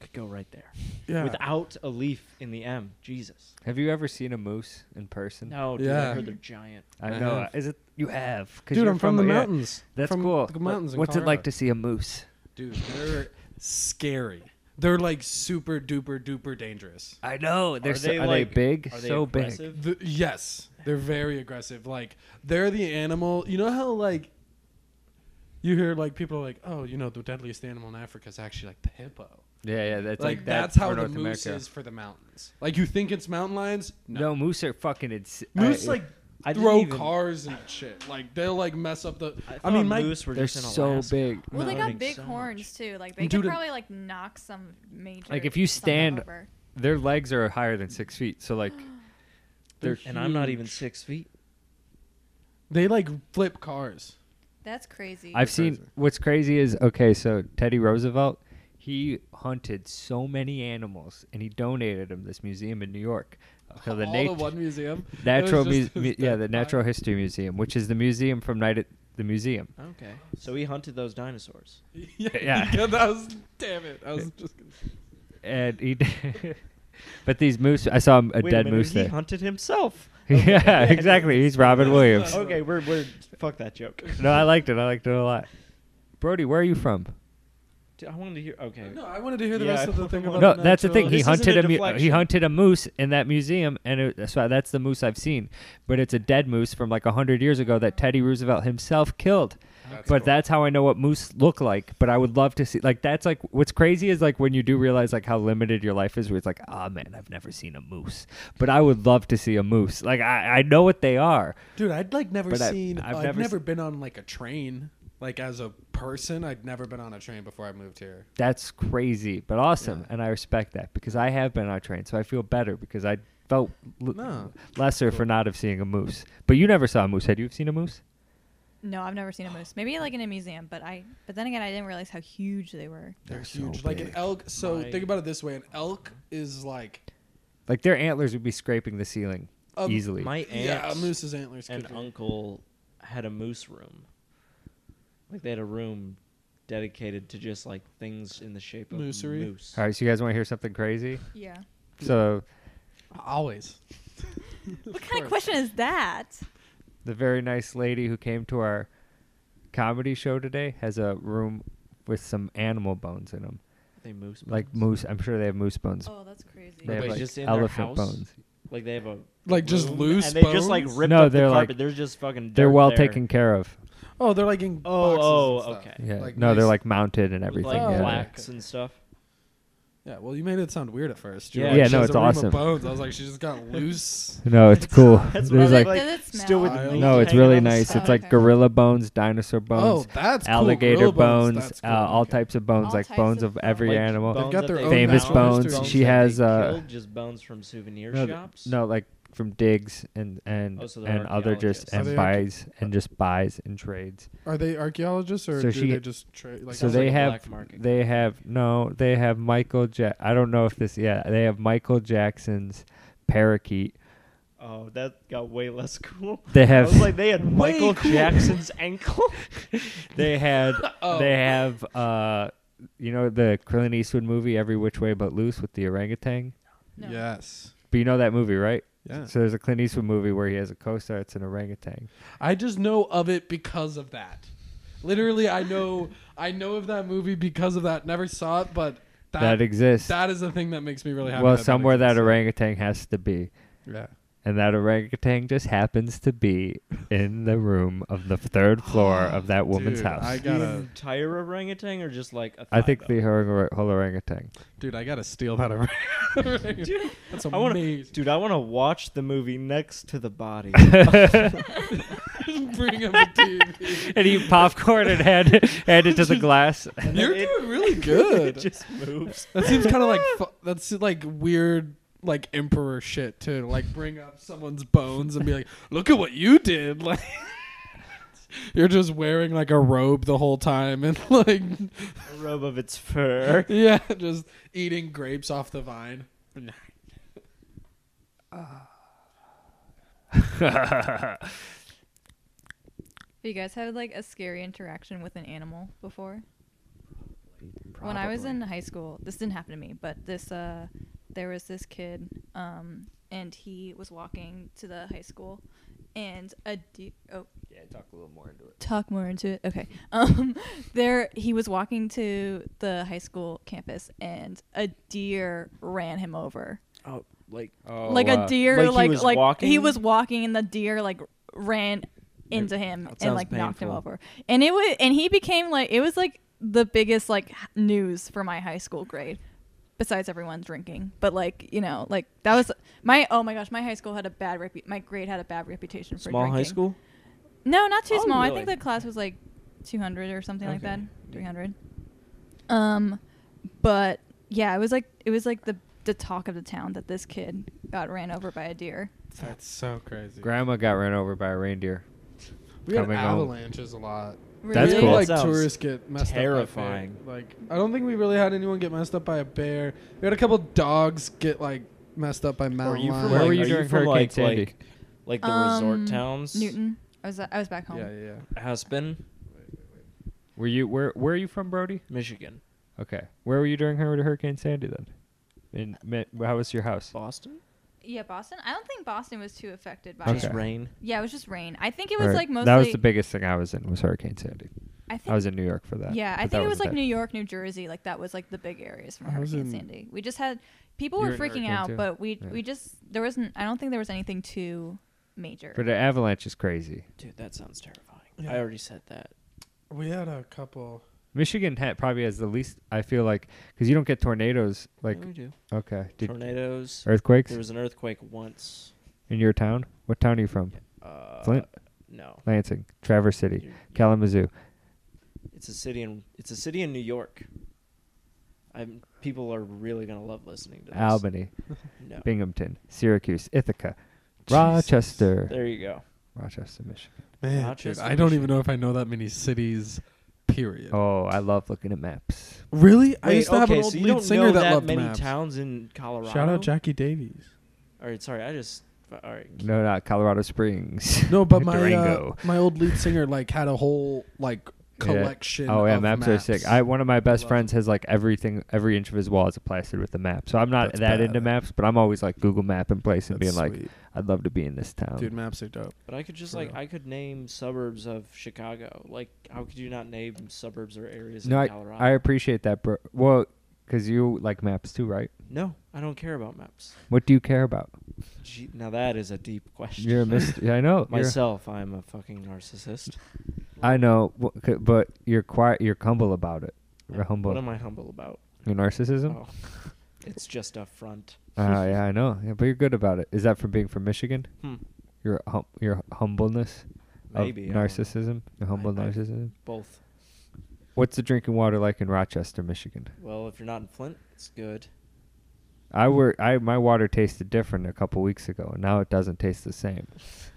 Could go right there yeah, without a leaf in the M. Jesus. Have you ever seen a moose in person? No, dude, Yeah. I heard they're giant. I I know. have. Uh-huh. Is it you have? 'cause dude, you're I'm from, the yeah, mountains. That's From cool. The mountains. in What's it like Colorado. to see a moose? Dude, they're scary. They're like super duper duper dangerous. I know. They're Are so, they, are like- they big? Are they so big. aggressive? The, yes, they're very aggressive. Like they're the animal. You know how like you hear like people are like, oh, you know, the deadliest animal in Africa is actually like the hippo. Yeah, yeah. That's like like that that's how for the North moose America. is for the mountains. Like you think it's mountain lions? No. No, moose are fucking. Ins- uh, moose I- like I didn't throw even- cars and shit. Like they'll like mess up the. I, I, thought mean, my moose were they're just in so Alaska. big. Well, they No. got Learning big so horns too. Like they Dude, could it- probably like knock some major. Like, if you something stand- over. Their legs are higher than six feet, so like And they're I'm not even huge. six feet. they like flip cars. that's crazy. I've seen crazy. what's crazy is okay, so Teddy Roosevelt, he hunted so many animals and he donated them to this museum in New York. So the, all nat- to one museum. It was natural mu- just mu- this yeah, dead the pile. Natural History Museum, which is the museum from Night at the Museum. Okay, so he hunted those dinosaurs. Yeah, Yeah. yeah. That was damn it. I was just. Gonna And he But these moose, I saw a Wait dead a minute, moose He there. hunted himself. yeah, exactly. He's Robin Williams. Okay, we're we're fuck that joke. No, I liked it. I liked it a lot. Brody, where are you from? Dude, I wanted to hear. Okay, No, I wanted to hear the Yeah, rest I of the thing want- about no, the that's the natural- thing. He uh, This isn't hunted a a, mu- he deflection. hunted a moose in that museum, and it, that's why that's the moose I've seen. But it's a dead moose from like hundred years ago that Teddy Roosevelt himself killed. but that's how I know what moose look like. But I would love to see like that's like what's crazy is like when you do realize like how limited your life is. Where it's like, ah man, I've never seen a moose, but I would love to see a moose. Like I, I know what they are. Dude, I'd like never But I- seen. I've I've, never never, been on like a train, like as a person. I'd never been on a train before I moved here. That's crazy, but awesome, and I respect that because I have been on train, so I feel better because I felt l- No. lesser for not have seeing a moose. But you never saw a moose. Had you seen a moose? No, I've never seen a moose. Maybe like in a museum, but I. But then again, I didn't realize how huge they were. They're, They're so huge. like an big. elk. So My- think about it this way: an elk is like Like their antlers would be scraping the ceiling a, easily. My aunt Yeah, a moose's antlers. and could be. uncle had a moose room. Like they had a room dedicated to just like things in the shape of Moosery? moose. All right, so you guys want to hear something crazy? Yeah. So always. What kind of question is that? the very nice lady who came to our comedy show today has a room with some animal bones in them, They moose. like bones? moose. I'm sure they have moose bones. Oh, that's crazy. They have Wait, like just in their elephant house? bones. Like they have a Like just room, loose And they just like bones? ripped No, up the they're, like- carpet. There's just fucking. They're dirt well there. taken care of. Oh, they're like in Oh, boxes oh, and stuff. okay. Yeah. Like no, they're nice- like mounted and everything. Like yeah. Oh. blacks and stuff. Yeah, well, you made it sound weird at first. Yeah. You're like, Yeah, she no, has it's a room of awesome. Bones. I was like, she just got loose. No, it's cool. That's There's what I was like, uh, like. Does it smell? still with the No, meat no, it's hanging really on the nice. side. It's like Okay. gorilla bones, dinosaur bones, oh, that's cool. alligator Gorilla bones, that's uh, all okay. types of bones, All like types bones of of every bones. Like, animal. bones got that their they own Famous found, bones. She that they has, uh, killed, just bones from souvenir No, th- shops. No, like from digs and and Oh, so they're and other just archaeologists. Are and they buys and just buys and trades. Are they archaeologists or So do she- they just trade? Like, so sounds they like a have black market they have no they have Michael Jack. I don't know if this yeah they have Michael Jackson's parakeet. Oh, that got way less cool. They I have was like, they had Way Michael cool. Jackson's ankle. they had Oh. they have uh you know the Clint Eastwood movie Every Which Way But Loose with the orangutan. No. Yes. But you know that movie, right? Yeah. So there's a Clint Eastwood movie where he has a co-star. It's an orangutan. I just know of it because of that. Literally, I know I know of that movie because of that. Never saw it, but that That, exists. that is the thing that makes me really happy. well, that somewhere that exists. orangutan has to be. Yeah. and that orangutan just happens to be in the room of the third floor of that woman's Dude, house. I I, The gotta, entire orangutan, or just like a think thigh the orang- whole orangutan. dude, I gotta steal that around. bone? dude, That's I wanna- amazing. dude, I want to watch the movie next to the body. Bring up the TV. and eat popcorn and hand, hand it to the glass. You're It- doing really it good. just moves. That seems kind of like fu- that's like weird, like emperor shit too. to, Like bring up someone's bones and be like, "Look at what you did!" Like you're just wearing like a robe the whole time and like, A robe of its fur. yeah, just eating grapes off the vine. Have you guys had like a scary interaction with an animal before? When I was in high school, this didn't happen to me, but this uh there was this kid um and he was walking to the high school and a de- oh yeah, talk a little more into it. talk more into it. Okay. Um there he was walking to the high school campus and a deer ran him over. Oh, like Oh, like a Like deer he like was like, he walking? was walking and the deer like ran into him and sounds like knocked him painful. over and it was and he became like it was like the biggest like h- news for my high school grade besides everyone drinking but like you know like that was my oh my gosh my high school had a bad repu- my grade had a bad reputation for small drinking. high school. no not too Oh, small i really? think the class was like 200 or something like Okay. that 300 um but yeah it was like it was like the the talk of the town that this kid got ran over by a deer That's so crazy. Grandma got ran over by a reindeer. we had coming home. avalanches a lot. That's we cool. had, like That sounds tourists get messed terrifying. up. by a bear. Like I don't think we really had anyone get messed up by a bear. We had a couple dogs get like messed up by mountain you from lions. Where like, were are you you during from Hurricane like Sandy? like like the Um, resort towns? Newton. I was I was back home. Yeah, yeah, yeah. Aspen, Were you where where are you from, Brody? Michigan, Okay. Where were you during Hur- Hurricane Sandy then? In Mi- how was your house? Boston. Yeah, Boston. I don't think Boston was too affected by Okay. it. Just rain. Yeah, it was just rain. I think it was Or- like mostly. that was the biggest thing I was in was Hurricane Sandy. I think. I was in New York for that. yeah, I but that think it was wasn't like that- New York, New Jersey. Like that was like the big areas from I was Hurricane in- Sandy. We just had people You were were in freaking Hurricane out, too? but we Yeah. we just there wasn't. I don't think there was anything too major. But the avalanche is crazy. Dude, that sounds terrifying. Yeah. I already said that. We had a couple. Michigan ha- probably has the least. I feel like because you don't get tornadoes. Like Yeah, we do. Mm-hmm. okay, did tornadoes. earthquakes There was an earthquake once. in your town? What town are you from? Uh, Flint? No, Lansing, Traverse City, You- Kalamazoo. it's a city in it's a city in New York. I'm, people are really gonna love listening to this. Albany, No. Binghamton, Syracuse, Ithaca, Jesus. Rochester, There you go. Rochester, Michigan. Man, Rochester, dude, I don't even Michigan. know if I know that many cities. Period. Oh, I love looking at maps. Really? I Wait, used to have an okay, old so you lead don't know singer that, that loved many maps. towns in Colorado. Shout out Jackie Davies. All right, sorry, I just. All right. No, not Colorado Springs. No, but my uh, Durango. my old lead singer like had a whole like Yeah. collection. Oh yeah, of maps, are sick. I one of my best friends has like everything, every inch of his wall is plastered with a map. So I'm not That's that bad. into maps, but I'm always like Google mapping place and That's being like, um, sweet. I'd love to be in this town. dude, maps are dope. But I could just For like real. I could name suburbs of Chicago. Like how could you not name suburbs or areas no, in I, Colorado? I appreciate that, bro. Well, because you like maps too, right? no, I don't care about maps. What do you care about? Gee, now that is a deep question. You're a mystery. I know. you're- Myself, I'm a fucking narcissist. I know, w- c- but you're quiet. You're humble about it. You're humble. What am I humble about? Your narcissism. Oh, it's just a front. Oh. yeah, I know. Yeah, but you're good about it. Is that from being from Michigan? Hmm. Your hum- your humbleness. of Maybe I don't know. narcissism. Your humble I- I- narcissism. Both. What's the drinking water like in Rochester, Michigan? Well, if you're not in Flint, it's good. Hmm. I were I my water tasted different a couple weeks ago, and now it doesn't taste the same.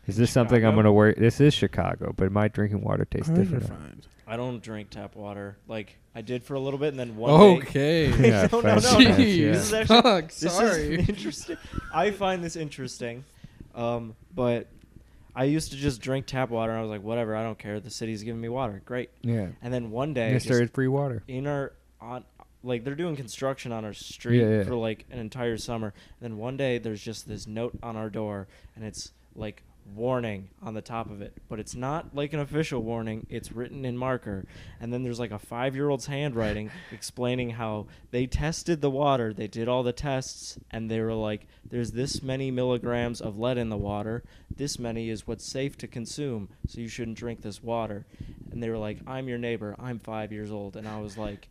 Is this something I'm Chicago? gonna worry? This is Chicago, but my drinking water tastes Ours are different. fine. I don't drink tap water. Like I did for a little bit, and then one day. Okay. Yeah, no, no, no, fast no. pass, yeah. This is actually Fuck, this sorry. is interesting. I find this interesting, um, but I used to just drink tap water. And I was like, whatever, I don't care. The city's giving me water, great. Yeah, And then one day, yeah. just started free water. in our on like they're doing construction on our street Yeah, yeah. for like an entire summer. And then one day, there's just this note on our door, and it's like warning on the top of it but it's not like an official warning it's written in marker and then there's like a five-year-old's handwriting explaining how they tested the water they did all the tests and they were like there's this many milligrams of lead in the water this many is what's safe to consume so you shouldn't drink this water and they were like i'm your neighbor i'm five years old and i was like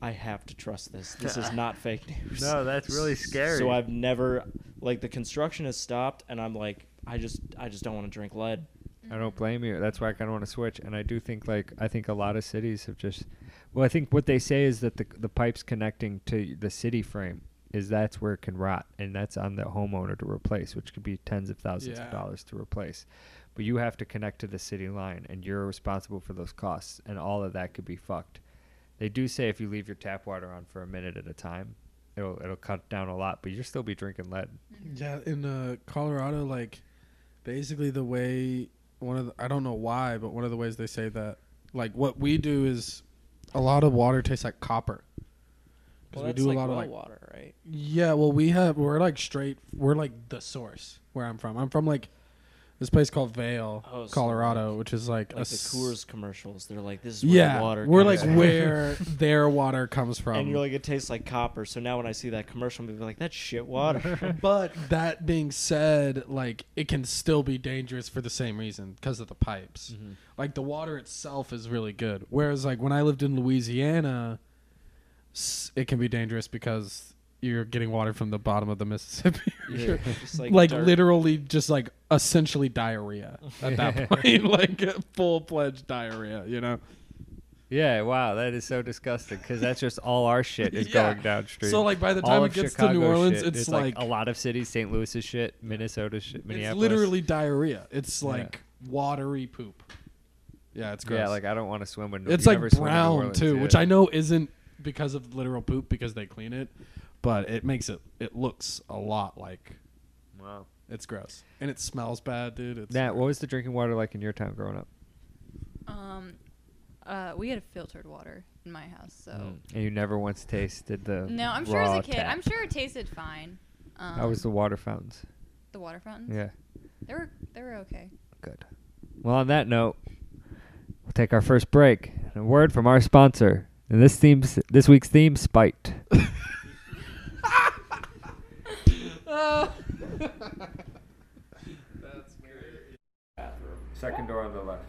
i have to trust this this is not fake news No, that's really scary. so i've never like the construction has stopped and i'm like i just i just don't want to drink lead I don't blame you. That's why I kind of want to switch. And I do think like I think a lot of cities have just. Well, I think what they say is that the the pipes connecting to the city frame is that's where it can rot, and that's on the homeowner to replace, which could be tens of thousands Yeah. of dollars to replace. But you have to connect to the city line, and you're responsible for those costs, and all of that could be fucked. They do say if you leave your tap water on for a minute at a time, it'll it'll cut down a lot, but you'll still be drinking lead. Yeah, in uh, Colorado, like basically the way one of the, I don't know why, but one of the ways they say that, like what we do is a lot of water tastes like copper. Because we that's do like a lot well of like water right yeah, well we have we're like straight we're like the source where I'm from. I'm from like this place called Vale, Oh, so Colorado, which is like, like a the s- Coors commercials. They're like, this is where Yeah, the water. we're comes like from. where their water comes from. and you're like, it tastes like copper. So now when I see that commercial, I'm gonna be like, that's shit water. but that being said, like it can still be dangerous for the same reason because of the pipes. Mm-hmm. Like the water itself is really good, whereas like when I lived in Louisiana, s- it can be dangerous because you're getting water from the bottom of the Mississippi. yeah. Just like, like dirt. literally, just like essentially diarrhea at that point, like full fledged diarrhea. You know. Yeah, wow, that is so disgusting because that's just all our shit is Yeah. going downstream. So, like, by the All time of it gets to Chicago New Orleans, shit it's is, like- a lot of cities, St. Louis's shit, Minnesota's shit, It's Minneapolis. literally diarrhea. It's like watery poop. Yeah, it's gross. yeah, like I don't want to swim in. It's you like never swim in New brown Orleans, too, yeah. which I know isn't because of literal poop because they clean it, but it makes it it looks a lot like Wow. it's gross and it smells bad, dude. It's Nat, what was the drinking water like in your town growing up? Um, uh, we had filtered water in my house, so Mm. And Oh. you never once tasted the. no, I'm sure as Mm. raw a kid, tap. I'm sure it tasted fine. Um, That was the water fountains. the water fountains. Yeah, they were they were okay. good. Well, on that note, we'll take our first break. And a word from our sponsor. And this theme's this week's theme, spite. Second door on the left.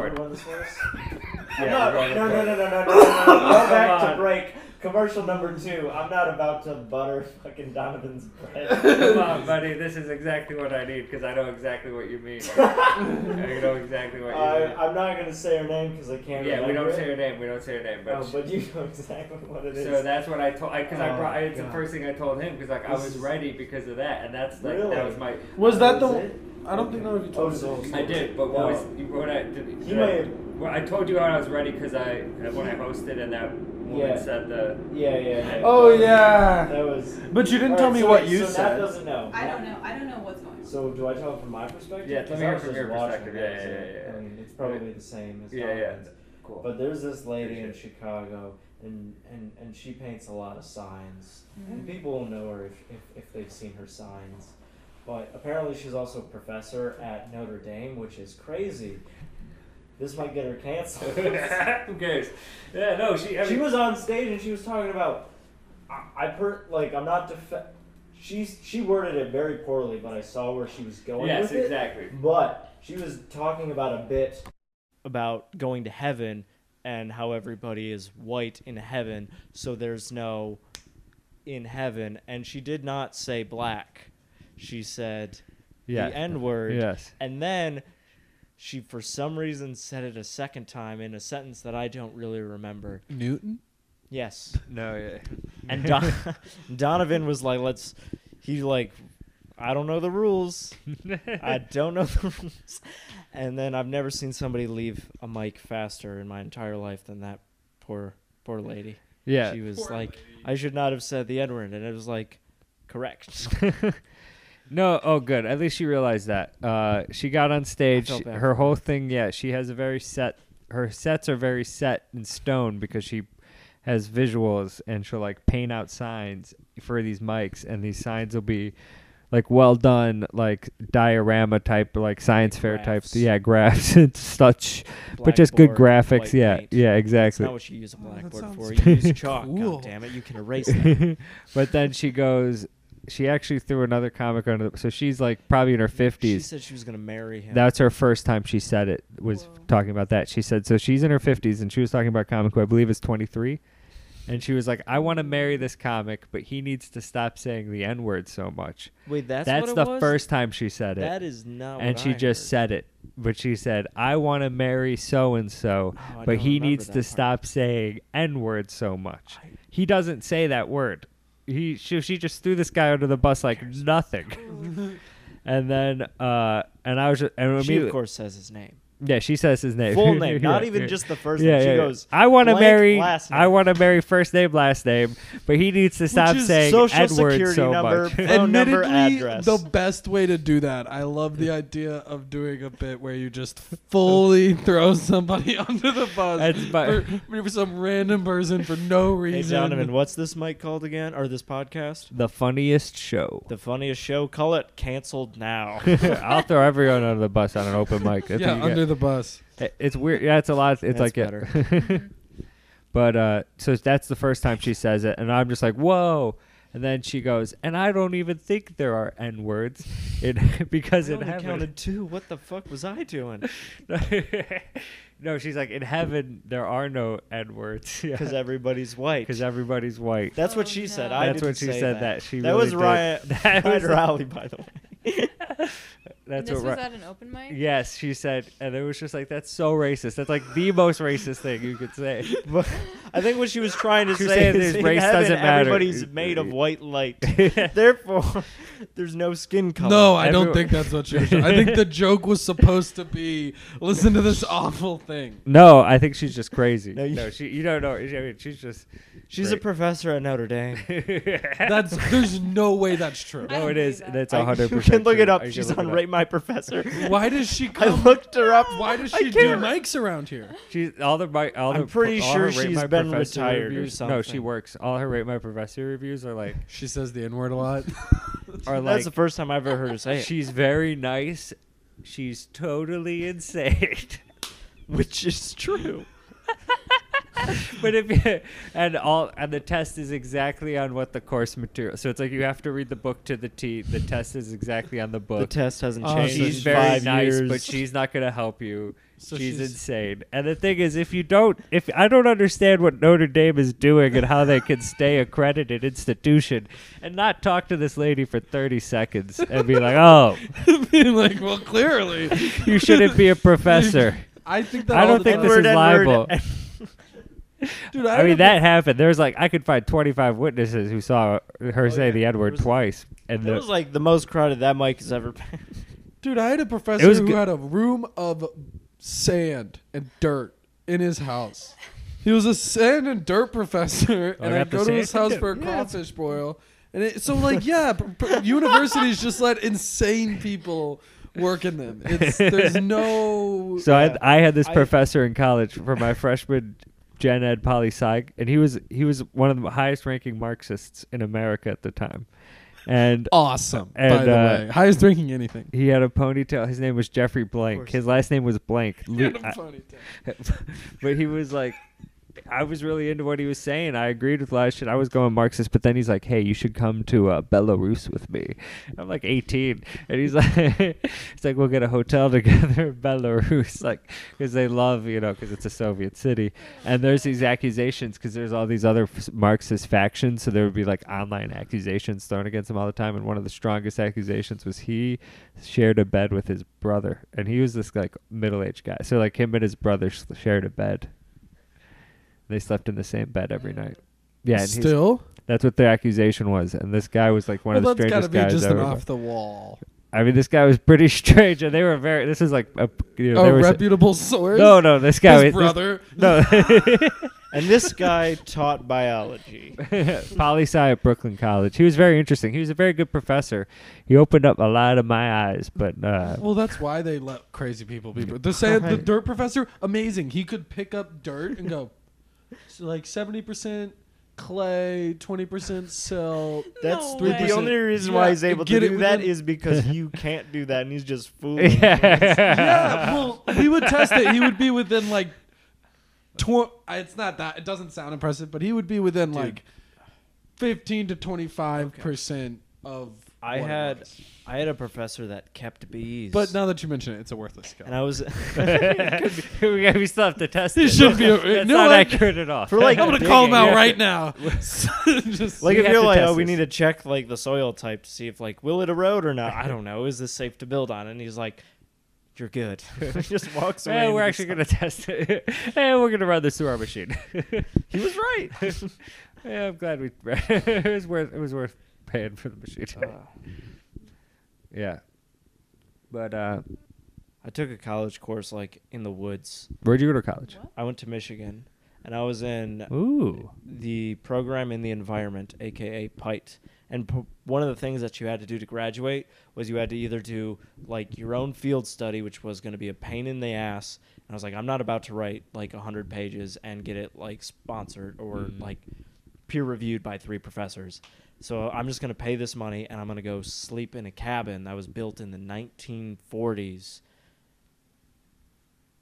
No, no, no, no, no, no, no, no. Go back to break. Commercial number two. I'm not about to butter fucking Donovan's bread. Come on, buddy. This is exactly what I need because I know exactly what you mean. I know exactly what you I, I'm not gonna say her name because I can't. mean. Yeah, we remember don't say it. her name. We don't say her name. But, No, but you know exactly what it is. so that's what I told. Because I Oh, brought. It's the God. first thing I told him because like I This was is- ready because of that, and that's like Really? that was my. Was that the? Is it? I don't think none of you told me. Oh, this. I did, but what No. was what I did? He did may I, have- well, I told you how I was ready because I uh, when I hosted and that woman Yeah. said the. Yeah, yeah. yeah. Oh yeah. That was. But you didn't Alright, tell me so what wait, you so said. Nat doesn't know. I don't know. I don't know what's going on. So do I tell it from my perspective? Yeah, let me 'Cause hear I it was from just your watching perspective. it, Yeah, yeah, so, yeah, yeah. I mean, it's probably the same as Yeah, yeah. Donovan's. Cool. But there's this lady in Appreciate Chicago, and, and, and she paints a lot of signs. And people will know her if, if, if they've seen her signs. But apparently, she's also a professor at Notre Dame, which is crazy. This might get her canceled. Who cares? Yeah, no, she. I she mean, was on stage and she was talking about, I, I per like I'm not def. She's she worded it very poorly, but I saw where she was going yes, with it. exactly. But she was talking about a bit about going to heaven and how everybody is white in heaven, so there's no in heaven. And she did not say black. She said Yeah. the N word. Yes. And then she, for some reason, said it a second time in a sentence that I don't really remember. Newton. Yes. No. Yeah. And Don- Donovan was like, let's, he like, I don't know the rules. I don't know the rules. And then I've never seen somebody leave a mic faster in my entire life than that poor, poor lady. yeah. She was like, I should not have said the N word. And it was like, correct. no, oh, good. At least she realized that. Uh, she got on stage. felt bad Her for whole thing, yeah, she has a very set. Her sets are very set in stone because she has visuals and she'll like paint out signs for these mics, and these signs will be like well done, like diorama type, like science fair type, Graphs. yeah, graphs and such, but just good Blackboard, graphics, white yeah, paint. yeah, That's exactly. not what you use a Oh, that blackboard for. sounds You use chalk. cool. God damn it. You can erase that. but then she goes, she actually threw another comic under. The, so she's like probably in her she fifties. said she was going to marry him. That's her first time she said it was Whoa. talking about that. She said so she's in her 50s and she was talking about a comic who I believe is 23 and she was like I want to marry this comic but he needs to stop saying the n-word so much. Wait, that's, That's, what the it was? first time she said it. That is not and what she I just heard. said it. But she said I want to marry so and so Oh, I but don't he remember needs to that part. stop saying n-word so much. I- He doesn't say that word. He she, she just threw this guy under the bus like nothing. And then, uh, and I was, just, and She, immediately, of course, says his name. yeah, she says his name. Full name, not Yeah, even yeah. just the first yeah, name. She yeah, yeah. goes, I want to blank marry. last I name." want to marry first name, last name, but he needs to stop is saying social Edward security so number. much. Phone number, Admittedly, address. the best way to do that. I love the idea of doing a bit where you just fully throw somebody under the bus That's my- for, for some random person for no Hey, reason. Donovan, what's this mic called again? Or this podcast? the funniest show. The funniest show. Call it Canceled Now. I'll throw everyone under the bus on an open mic. That's yeah, what you under the bus. get. It's weird. Yeah, it's a lot. It's That's like it. but uh, so that's the first time she says it, and I'm just like, whoa. And then she goes, and I don't even think there are n words, it because I it only happened. counted two. What the fuck was I doing? no, she's like, in heaven there are no N words Because because everybody's white. everybody's white. That's what Oh, she no. said. I That's didn't when she say said that. that. She that really was did. Ryan. That Ryan was- Rowley, by the way. That's this what. was Ri- at an open mic. yes, she said, and it was just like that's so racist. That's like the most racist thing you could say. But I think what she was trying to She was say saying is this in race heaven, doesn't matter. Everybody's made of white light. Therefore, there's no skin color. No, I Everyone- don't think that's what you're. I think the joke was supposed to be. Listen to this awful thing. No, I think she's just crazy. No, no, you- she. You don't know. I mean, she's just. she's a Great. professor at Notre Dame. That's there's no way that's true. I No, don't Oh, it is. believe that. That's I- a hundred You percent. can look true. it up. I can She's look on it up. Rate My Professor. Why does she I come? looked her up. Why does I she do can't- mics around here? She's all the my all I'm the, pretty all sure her Rate she's My been Professor retired or reviews- No, she something. works. All her rate my professor reviews are like She says the n word a lot. are That's like the first time I've ever heard her say it. she's very nice. She's totally insane. Which is true. but if you, and all and the test is exactly on what the course material. So it's like you have to read the book to the T. The test is exactly on the The book. test hasn't Oh, changed. she's in very five nice, years. but she's not gonna help you. So she's, she's- insane. And the thing is, if you don't, if I don't understand what Notre Dame is doing and how they can stay a credited institution, and not talk to this lady for thirty seconds and be like, "Oh, Being like, well, clearly, you shouldn't be a professor." I think that I all don't the think time. this is Edward, libel. Edward. Dude, I, I, don't mean, know that happened. There's like I could find 25 witnesses who saw her say Oh, yeah. the N There word was- twice, and That the, was like the most crowded that mic has ever been. if- dude, I had a professor was who good- had a room of sand and dirt in his house. He was a sand and dirt professor, Oh, I and got I'd the go to his sand house and for a dirt. Yeah, it's- crawfish boil. And it, so, like, yeah, pr- pr- universities just let insane people work in them. It's, there's no. so yeah. I, I had this I- professor in college for my freshman gen ed poli psych, and he was he was one of the highest ranking Marxists in America at the time, and awesome, by And, the uh, way. Highest drinking anything. he had a ponytail. His name was Jeffrey Blank. course. His last name was Blank. Lu- I- Funny time. but he was like I was really into what he was saying. I agreed with a lot of shit. I was going Marxist, but then he's like, "Hey, you should come to uh, Belarus with me." I'm like 18, and he's like, "It's like we'll get a hotel together in Belarus, like because they love you know because it's a Soviet city." And there's these accusations because there's all these other f- Marxist factions, so there would be like online accusations thrown against him all the time. And one of the strongest accusations was he shared a bed with his brother, and he was this like middle-aged guy. So like him and his brother s- shared a bed. They slept in the same bed every night. Yeah, and he's- Still? that's what their accusation was. And this guy was like one well, of the that's got to strangest be guys just an ever. off the wall. I mean, this guy was pretty strange, and they were very. This is like a you know, A there was reputable source? no, no. This guy, Oh, His was- this- brother? and this guy taught biology. no, poli sci at Brooklyn College. He was very interesting. He was a very good professor. He opened up a lot of my eyes, but uh, Well, that's why they let crazy people be. The sand, the dirt professor, amazing. He could pick up dirt and go, so like seventy percent clay, twenty percent silt. That's No the- way. the only reason why Yeah, he's able to get it do that within- is because you can't do that, and he's just fooling. yeah. yeah, well, we would test it. He would be within like, tw- It's not that. It doesn't sound impressive, but he would be within like fifteen to twenty-five percent of. I what it had was. I had a professor that kept bees, But now that you mention it, it's a worthless skill. and I was we, we still have to test It it. should be a- That's no, not I- accurate at all. For, like, I'm gonna digging, call him out yeah. right now. Just- like, We if have you're to like, test oh, we this. need to check like the soil type to see if like will it erode or not. I don't know. Is this safe to build on? And he's like, you're good. He just walks away. Hey, and Eh, we're he's actually like- gonna test it. hey, we're gonna run this through our machine. He was right. yeah, I'm glad we. it was worth. It was worth paying for the machine. Uh, yeah, but uh, I took a college course like in the woods. where'd you go to college? I went to Michigan, and I was in Ooh, the program in the environment, aka PITE. And p- one of the things that you had to do to graduate was you had to either do like your own field study, which was going to be a pain in the ass. And I was like, I'm not about to write like 100 pages and get it like sponsored or Mhm. like peer reviewed by three professors. So I'm just going to pay this money and I'm going to go sleep in a cabin that was built in the 1940s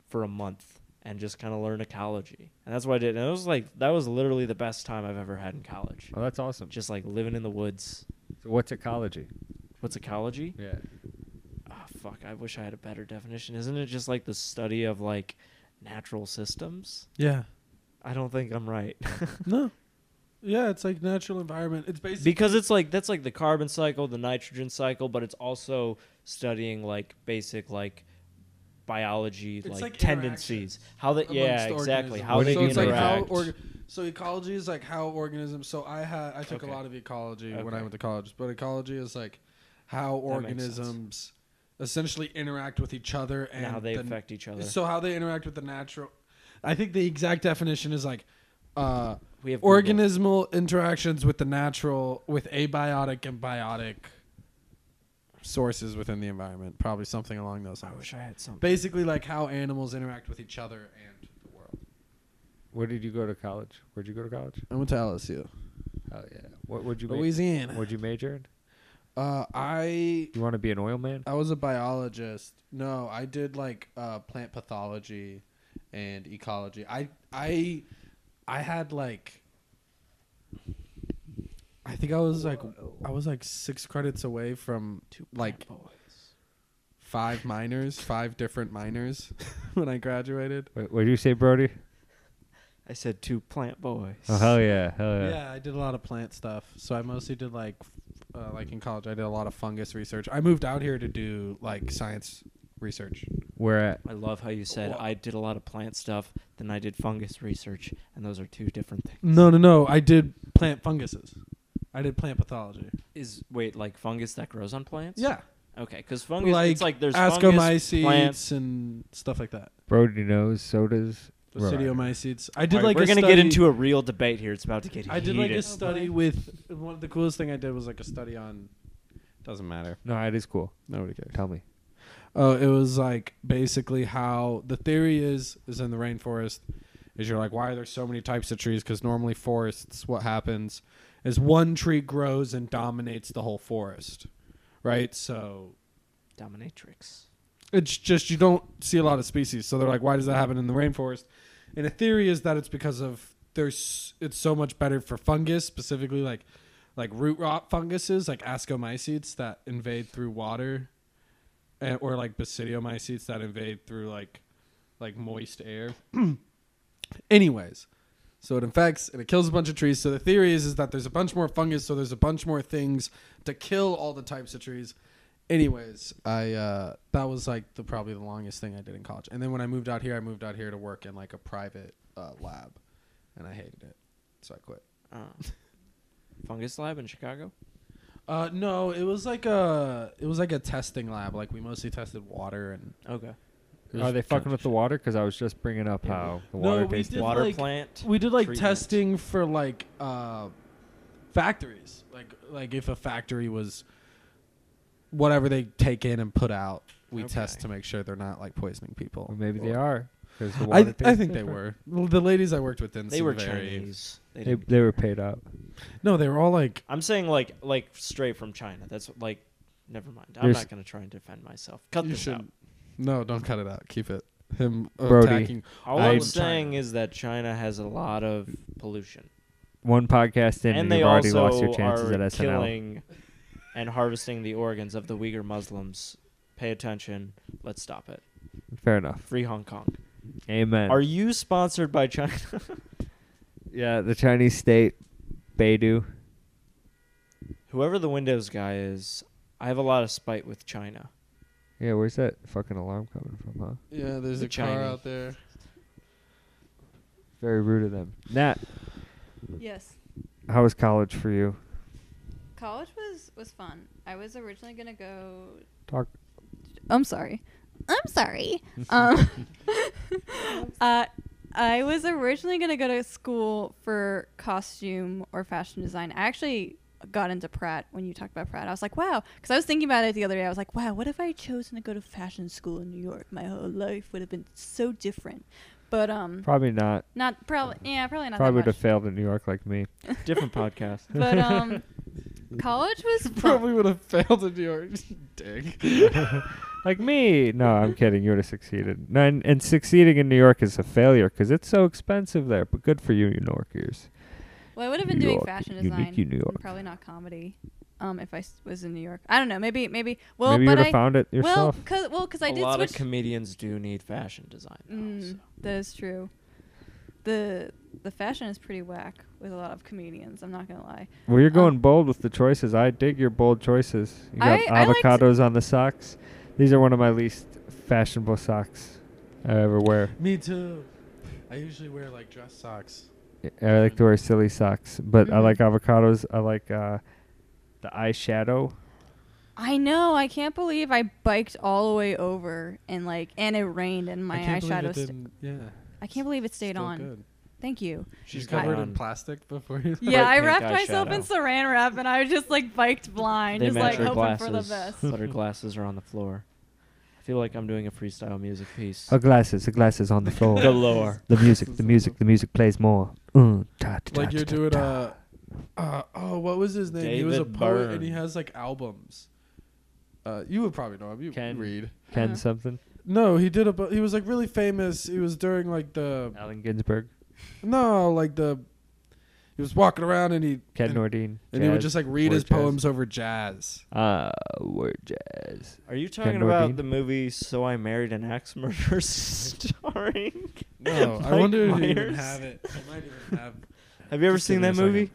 for a month and just kind of learn ecology. And that's what I did. And it was like that was literally the best time I've ever had in college. well, that's awesome. Just like living in the woods. So what's ecology? What's ecology? Yeah, Ah, fuck, I wish I had a better definition. Isn't it just like the study of like natural systems? yeah. I don't think I'm right. No. Yeah, it's like natural environment. It's basically because it's like that's like the carbon cycle, the nitrogen cycle, but it's also studying like basic like biology It's like, like tendencies. How that yeah, amongst exactly. organisms. How What they do so you it's like how interact. org- so ecology is like how organisms. So I had I took Okay. a lot of ecology when Okay. I went to college, but ecology is like how That makes sense. organisms essentially interact with each other and, and how they the- affect each other. So how they interact with the natural. I think the exact definition is like. Uh, we have Google. organismal interactions with the natural with abiotic and biotic sources within the environment probably something along those I lines wish I had something. basically like how animals interact with each other and the world where did you go to college? Where'd you go to college? i went to lsu Oh yeah, what would you? Ma- louisiana what'd you major in? uh, i You want to be an oil man? i was a biologist no i did like uh, plant pathology and ecology i i I had like I think I was like I was like 6 credits away from like five minors, five different minors when I graduated. What did you say, Brody? I said two plant boys. Oh hell yeah, hell yeah. Yeah, I did a lot of plant stuff. So I mostly did like, f- uh, like in college, I did a lot of fungus research. I moved out here to do like science research. Where at? I love how you said Wha- I did a lot of plant stuff, then I did fungus research, and those are two different things. No, no, no. I did plant funguses. I did plant pathology. Is wait like fungus that grows on plants? Yeah, Okay, because fungus like, it's like there's fungus ascomycetes plants. and stuff like that. Brody knows sodas. Right. Basidiomycetes. I did All right, like we're a gonna study- get into a real debate here. It's about to get I did like a heated. study with one of the coolest thing I did was like a study on. Doesn't matter. No, it is cool. Nobody cares. Tell me. Oh, it was like basically how the theory is is in the rainforest is you're like, why are there so many types of trees? Because normally forests, what happens is one tree grows and dominates the whole forest, right? So dominatrix. it's just you don't see a lot of species. So they're like, why does that happen in the rainforest? And the theory is that it's because of there's it's so much better for fungus, specifically like like root rot funguses, like ascomycetes that invade through water, and, or like basidiomycetes that invade through like like moist air. Anyways, so it infects and it kills a bunch of trees. So the theory is is that there's a bunch more fungus, so there's a bunch more things to kill all the types of trees. Anyways, I uh, that was like the probably the longest thing I did in college. And then when I moved out here, I moved out here to work in like a private uh, lab, and I hated it, so I quit. Uh, fungus lab in Chicago. Uh, no, it was like a it was like a testing lab. Like we mostly tested water and Okay. Are they fucking with the water? Because I was just bringing up Yeah, how the No, water we tastes. did, Water like- plant. we did like Treatment. testing for like uh, factories, like like if a factory was whatever they take in and put out, we Okay. test to make sure they're not like poisoning people. Well, maybe they Or- are. 'cause the I, water I tastes think they different. were. Well, the ladies I worked with didn't. They seem were very- Chinese. They They, didn't- they were paid up. No, they were all like. I'm saying like like straight from China. That's like, never mind. I'm There's- not gonna try and defend myself. Cut you this out. should. No, don't cut it out. Keep it. Him Brody. attacking. All I- I'm China. saying is that China has a lot of pollution, One podcast in, and, and they you've already also lost your chances are at SNL. killing and harvesting the organs of the Uyghur Muslims. Pay attention. Let's stop it. Fair enough. Free Hong Kong. Amen. Are you sponsored by China? yeah, the Chinese state, Beidou. Whoever the Windows guy is, I have a lot of spite with China. Yeah, where's that fucking alarm coming from, huh? Yeah, there's The a car Chinese. out there. Very rude of them. Nat, Yes. how was college for you? College was was fun. I was originally gonna go. Talk. I'm sorry. I'm sorry. um, uh, I was originally gonna go to school for costume or fashion design. I actually got into Pratt when you talked about Pratt. I was like, wow, because I was thinking about it the other day. I was like, wow, what if I had chosen to go to fashion school in New York? My whole life would have been so different. But um, Probably not. not probably. Yeah, probably not. that Probably would much. have failed in New York like me. Different podcast. But um, college was fun. Probably would have failed in New York. Dick. Like me. No, I'm kidding. You would have succeeded. No, and, and succeeding in New York is a failure because it's so expensive there. But good for you, New Yorkers. Well, I would have been New doing York, fashion unique design. you New and York. Probably not comedy. Um, if I s- was in New York, I don't know. Maybe, maybe. Well, Maybe you would but have I found it well, yourself. cause well, 'cause I a did lot switch. of comedians do need fashion design. Though, Mm, so. that is true. the The fashion is pretty whack with a lot of comedians. I'm not gonna lie. Well, you're um, going bold with the choices. I dig your bold choices. You got I- I liked- avocados on the socks. These are one of my least fashionable socks I ever wear. Me too. I usually wear like dress socks. I like to wear silly socks, but I Mm-hmm. Mhm. like avocados. I like uh, the eyeshadow. I know. I can't believe I biked all the way over and like, and it rained, and my eyeshadow. St- yeah. I can't believe it stayed still on. Good. Thank you. She's She's covered got in on- plastic before you. Yeah, Bright I pink wrapped myself in eyeshadow. Saran wrap, and I was just like biked blind, They just match like her hoping glasses, for the best. but her glasses are on the floor. I feel like I'm doing a freestyle music piece. A Oh, glasses, the glasses on the floor. Galore. The music, the music, the music plays more. Mm, ta, ta, like ta, you're ta, doing ta. uh, uh oh what was his name he was a David poet and he Byrne. has like albums uh you would probably know him you Ken. read Ken Uh. something. no he did a bu- he was like really famous he was during like the Allen Ginsberg. No, like the he was walking around and he Ken and, Nordine. and he would just like read word his jazz. poems over jazz. uh word jazz. Are you talking Nordine? about the movie "So I Married an Axe Murderer" starring? No, I Mike wonder if you even Myers? have it. I might even have. Have you ever Just give seen me a that second. movie?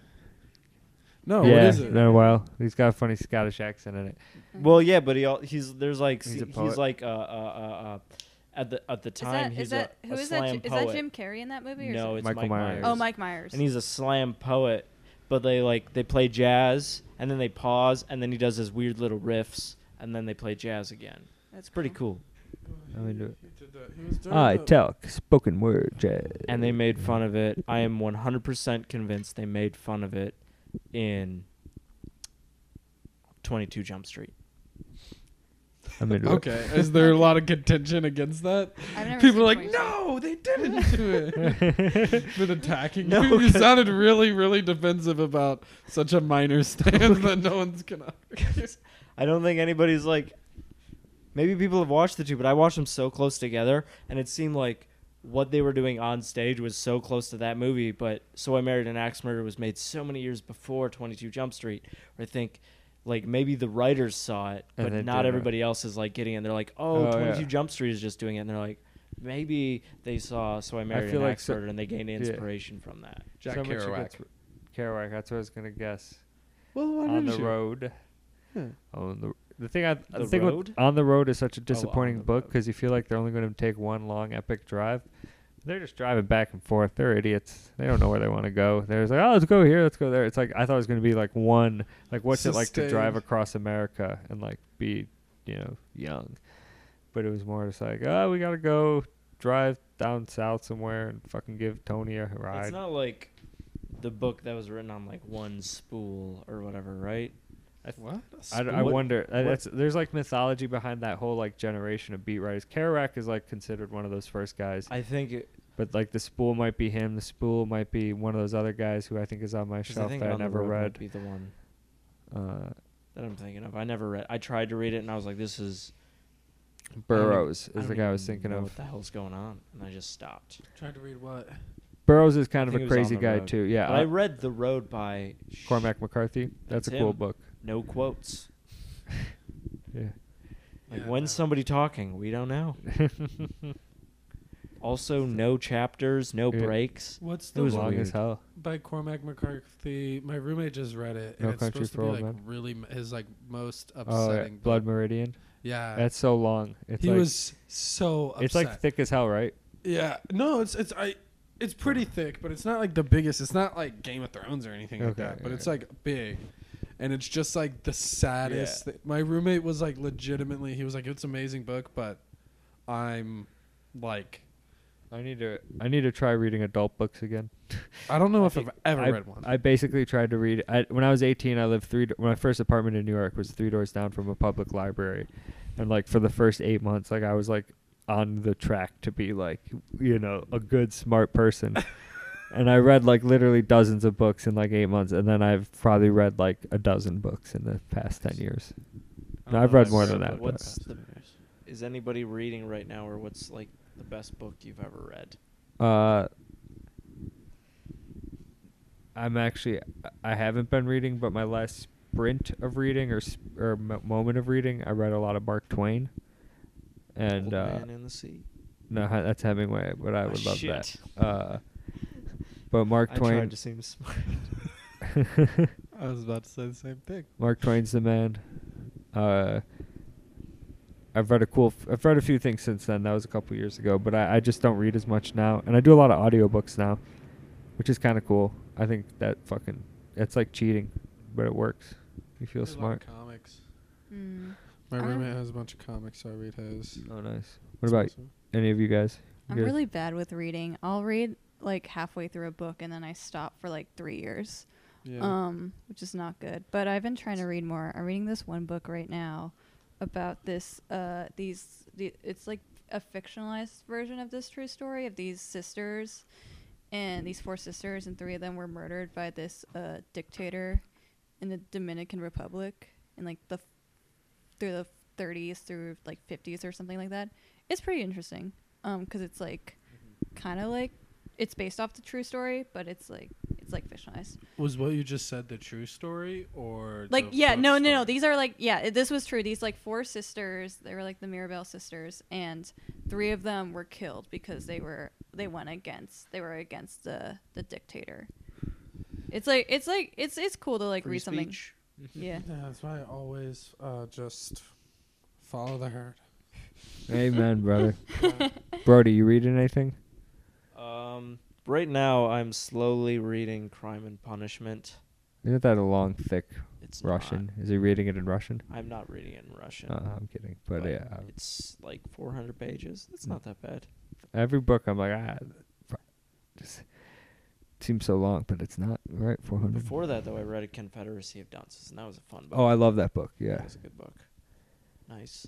No, yeah, what is it? been a while. He's got a funny Scottish accent in it. Hmm. Well, yeah, but he al- he's there's like He's he's, a poet. he's like uh, uh, uh, uh, at the at the Is time that, he's is that a, who a is that? slam Ji- Is poet. that Jim Carrey in that movie? Or no, is it's it? Michael Mike Myers. Myers. oh Mike Myers. and he's a slam poet. But they like they play jazz and then they pause and then he does his weird little riffs and then they play jazz again. That's It's pretty cool. Let me do it. He did that. He was doing I the- talk spoken word jazz. And they made fun of it. I am 100% convinced they made fun of it in 22 Jump Street. I'm into it. Okay, is there a lot of contention against that? I've never People are seen like, Toy Story. no, they didn't do it. Been attacking No, you. You 'cause- sounded really, really defensive about such a minor stance that no one's gonna. I don't think anybody's like. Maybe people have watched the two, but I watched them so close together, and it seemed like what they were doing on stage was so close to that movie. But "So I Married an Axe Murderer" was made so many years before Twenty Two Jump Street. Where I think, like maybe the writers saw it, And but they not did it. everybody else is like getting it. And they're like, "Oh, Oh, 22 yeah. Jump Street is just doing it," and they're like, maybe they saw "So I Married feel an like Axe so- Murderer" and they gained inspiration from that. Jack So much it Kerouac. gets- Kerouac. That's what I was gonna guess. Well, why on didn't the you? road. Huh. On Oh, the the thing I the, The thing road? Oh, with on the road is such a disappointing the book road. because you feel like they're only going to take one long epic drive. They're just driving back and forth. They're idiots. They don't know where they want to go. They're just like, oh, let's go here, let's go there. It's like I thought it was going to be like one, like what's it like to drive Sustained. across America and like be, you know, young. But it was more just like, oh, we gotta go drive down south somewhere and fucking give Tony a It's ride. not like the book that was written on like one spool or whatever, right? What? I, d- I What- wonder. uh, what- That's, there's like mythology behind that whole like generation of beat writers. Kerouac is like considered one of those first guys, I think it, but like the spool might be him. The spool might be one of those other guys who I think is on my 'cause shelf I think that I On the never Road might read. Be the one Uh, that I'm thinking of. I never read. I tried to read it and I was like, this is Burroughs I is the don't guy I was even thinking know of. What the hell's going on? And I just stopped. tried to read what? Burroughs is kind of I think a it was On crazy the guy Road. too. Yeah, But I uh, read The Road by Sh- Cormac McCarthy. That's, That's a cool him. book. No quotes. Yeah. Like Yeah, when's no. somebody talking? We don't know. Also, no chapters, no Yeah. breaks. What's It the was one long as weird. hell. by Cormac McCarthy? My roommate just read it, and No it's Country supposed to for be Old like Men? really m- his like most Oh, yeah. upsetting. book. Blood Meridian. Yeah, That's so long. It's he like, was so upset. It's like thick as hell, right? Yeah. No, it's it's I it's pretty thick, but it's not like the biggest. It's not like Game of Thrones or anything like Okay, that, but yeah, it's yeah. like big. And it's just like the saddest. thi- My roommate was like legitimately he was like it's an amazing book, but I'm like I need to. I need to try reading adult books again. I don't know I if I've think ever I, read one. I basically tried to read. I, when I was 18, I lived three. do- My first apartment in New York was three doors down from a public library, and like for the first eight months, like I was like on the track to be like you know a good smart person, and I read like literally dozens of books in like eight months, and then I've probably read like a dozen books in the past ten years. No, I don't I've know read if more I've than read that. one. But What's the, is anybody reading right now, or what's like the best book you've ever read? Uh, I'm actually I haven't been reading, but my last sprint of reading or s- or m- moment of reading, I read a lot of Mark Twain. And Old uh, Man in the Sea. no, ha- that's Hemingway, but I Oh, would love shit. that. Uh, but Mark I Twain. tried to seem smart. Uh, I was about to say the same thing. Mark Twain's the man. Uh, I've read a cool. F- I've read a few things since then. That was a couple years ago, but I, I just don't read as much now, and I do a lot of audiobooks now, which is kind of cool. I think that fucking that's like cheating, but it works. You I feel read a lot of smart. Comics. Mm. My I don't- roommate has a bunch of comics, so I read his. Oh, nice. What about Awesome. any of you guys? You I'm guys- really bad with reading. I'll read like halfway through a book and then I stop for like three years, Yeah. um, which is not good. But I've been trying to read more. I'm reading this one book right now about this. Uh, these the, it's like a fictionalized version of this true story of these sisters, and these four sisters, and three of them were murdered by this uh, dictator in the Dominican Republic in like the f- through the 30s through like um, 50s or something like that. It's pretty interesting because it's like kind of like it's based off the true story, but it's like it's like fictionalized. Was what you just said the true story or Like yeah, no, no, no. These are like yeah, it, this was true. These like four sisters, they were like the Mirabelle sisters, and three of them were killed because they were they went against they were against the the dictator. It's like it's like it's it's cool to like Free read something. speech. Mm-hmm. Yeah. that's why I always uh, just follow the herd. Amen, brother. Brody, you reading anything? Um, right now I'm slowly reading Crime and Punishment. Isn't that a long, thick It's Russian? Is he reading it in Russian? Not, I'm not reading it in Russian. Uh, I'm kidding, but, yeah, um, it's like 400 pages. It's Mm. not that bad. every book I'm like, ah, fu- just seems so long, but it's not right. Four hundred. Before that, though, I read A Confederacy of Dunces, and that was a fun book. Oh, I love that book. That Yeah, was a good book. Nice.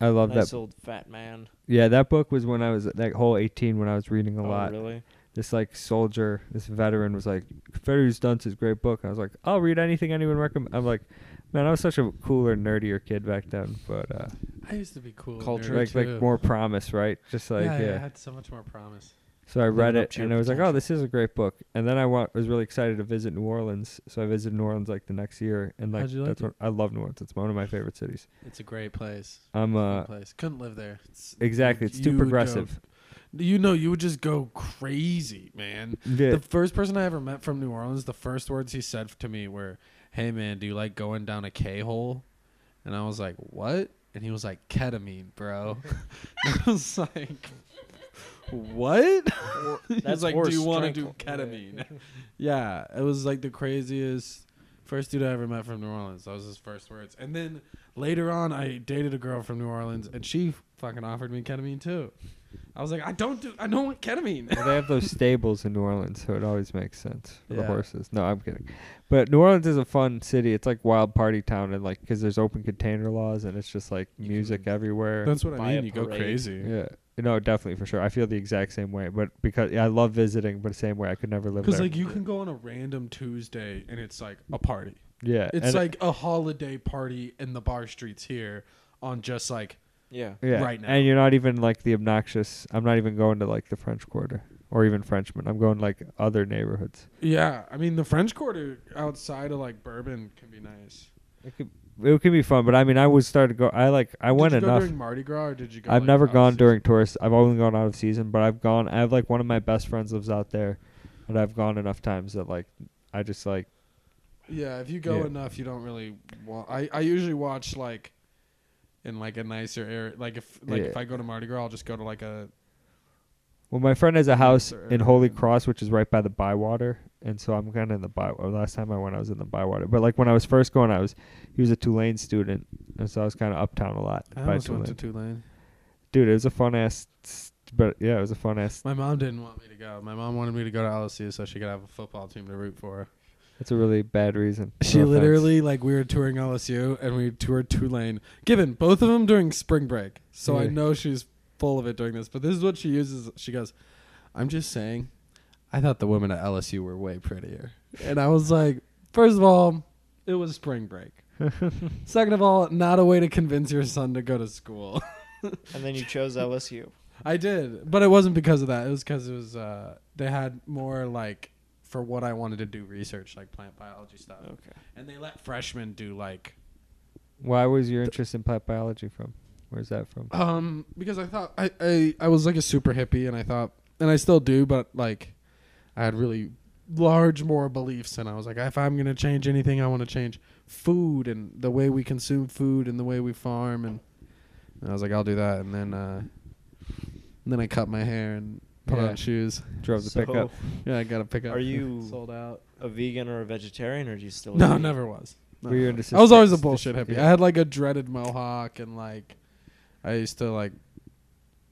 I love nice that. old fat man. Yeah, that book was when I was that whole eighteen when I was reading a oh, lot. really? This like soldier, this veteran was like, "Confederate Dunce is a great book." And I was like, "I'll read anything anyone recommend." I'm like, man, I was such a cooler, nerdier kid back then, but uh, I used to be cool. and Culture. nerd, like too. like more promise, right? Just like yeah, yeah. I had so much more promise. So I read Living up it to your and I was like, "Oh, potential. this is a great book." And then I wa- was really excited to visit New Orleans, so I visited New Orleans like the next year, and like How'd you like that's it? what I love New Orleans. It's one of my favorite cities. It's a great place. I'm uh place. Couldn't live there. It's, exactly. It's too you progressive. don't- you know, you would just go crazy, man. Yeah. The first person I ever met from New Orleans, the first words he said to me were, "Hey man, do you like going down a K hole?" And I was like, "What?" And he was like, "Ketamine, bro." I was like, "What?" He That's was like, or "Do you want to do strangle." ketamine?" yeah, it was like the craziest first dude I ever met from New Orleans. That was his first words. And then later on, I dated a girl from New Orleans, and she fucking offered me ketamine too. I was like, "I don't do, I don't want ketamine." Well, they have those stables in New Orleans, so it always makes sense for the Yeah. horses. No, I'm kidding. But New Orleans is a fun city. It's like wild party town, and like because there's open container laws, and it's just like music everywhere. That's what Buy I a mean. You go parade. crazy. yeah. No, definitely for sure. I feel the exact same way, but because yeah, I love visiting, but same way I could never live Because there. like you can go on a random Tuesday and it's like a party. yeah, It's and- like a holiday party in the bar streets here on just like Yeah. yeah. right now. And you're not even like the obnoxious. I'm not even going to like the French Quarter or even Frenchmen. I'm going like other neighborhoods. yeah. I mean the French Quarter outside of like Bourbon can be nice. It could it could be fun, but I mean, I would start to go. I like I went did you go enough. during Mardi Gras or did you go? I've like, never out gone of during tourist. I've only gone out of season, but I've gone. I have like one of my best friends lives out there, and I've gone enough times that like I just like season? Yeah, if you go Yeah. enough, you don't really. Want, I I usually watch like in like a nicer area. Like if like Yeah. if I go to Mardi Gras, I'll just go to like a Well, my friend has a house Sir. in Holy Cross, which is right by the Bywater, and so I'm kind of in the Bywater. Last time I went, I was in the Bywater, but like when I was first going, I was he was a Tulane student, and so I was kind of uptown a lot. I by almost Tulane. went to Tulane. Dude, it was a fun ass, but yeah, it was a fun ass. My mom didn't want me to go. My mom wanted me to go to LSU so she could have a football team to root for. That's a really bad reason. She No offense. literally like we were touring LSU and we toured Tulane. Given both of them during spring break, so I Yeah. know she's full of it during this. But this is what she uses. She goes, "I'm just saying, I thought the women at LSU were way prettier," and I was like, first of all, it was spring break. Second of all, not a way to convince your son to go to school. And then you chose LSU. I did, but it wasn't because of that. It was because it was uh, they had more like for what I wanted to do research, like plant biology stuff, Okay. and they let freshmen do like Why was your interest in plant biology from? Where's that from? Um, because I thought I, I I was like a super hippie, and I thought, and I still do, but like, I had really large moral beliefs, and I was like, if I'm gonna change anything, I want to change food and the way we consume food and the way we farm, and, and I was like, I'll do that, and then uh, and then I cut my hair and put Yeah. on shoes. Drove the So, pickup. Yeah, I got to pick up. Are you- sold out? A vegan or a vegetarian, or do you still? No, eat? never was. No. Were you into I was always a sus- bullshit hippie. yeah. I had like a dreaded mohawk and like I used to like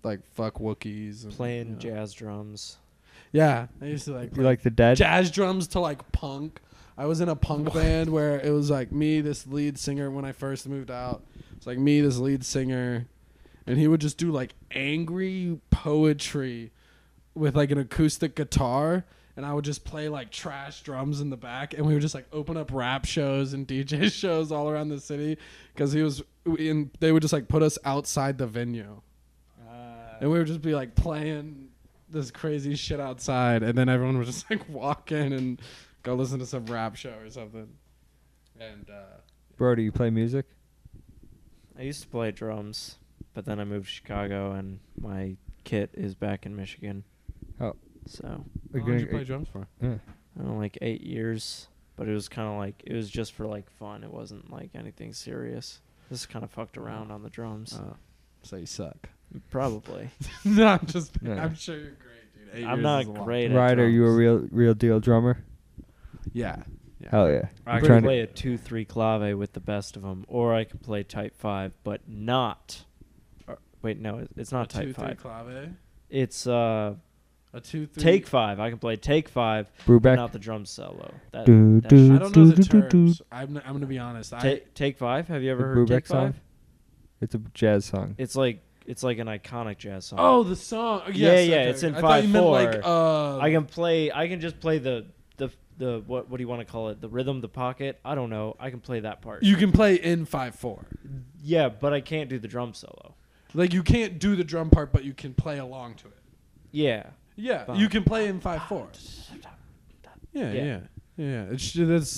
like fuck Wookiees and Playing you know. jazz drums. Yeah, I used to like You like the dead? jazz drums to like punk. I was in a punk band where it was like me, this lead singer when I first moved out. It's like me, this lead singer, and he would just do like angry poetry with like an acoustic guitar. And I would just play like trash drums in the back, and we would just like open up rap shows and DJ shows all around the city because he was in. Uh, They would just like put us outside the venue, and we would just be like playing this crazy shit outside, and then everyone would just like walk in and go listen to some rap show or something. And uh, Bro, do you play music? I used to play drums, but then I moved to Chicago, and my kit is back in Michigan. Oh. So how long did you play drums for? Yeah. I don't know, like eight years, but it was kind of like it was just for like fun. It wasn't like anything serious. Just kind of fucked around on the drums. Oh, so you suck. Probably. no, I'm just. Yeah. I'm sure you're great, dude. Eight I'm years not is a lot. great. Played at uh, Ryder, you a drums. real real deal drummer? Yeah. yeah. Hell yeah. I I'm could trying to- play a two three clave with the best of them, or I could play type five, but not. or- wait, no, it- it's not a type two, five. Three clave, It's uh a two three. take five. I can play take five, but Brubeck. not the drum solo. That, Do, that do, I shit. don't know Do, do, the do, do. terms. I'm. I'm gonna be honest. I, Ta- take five. Have you The ever Brubeck heard take song? five? It's a jazz song. It's like it's like an iconic jazz song. Oh, the song. Yes, Yeah, yeah, okay. it's in I thought you meant, 5/4. Like, uh, I can play. I can just play the the the what what do you want to call it? The rhythm, the pocket. I don't know. I can play that part. You can play in five four. yeah, but I can't do the drum solo. Like you can't do the drum part, but you can play along to it. Yeah, Yeah, Fine. you can play in five four. Yeah, Yeah. yeah, yeah. It's that's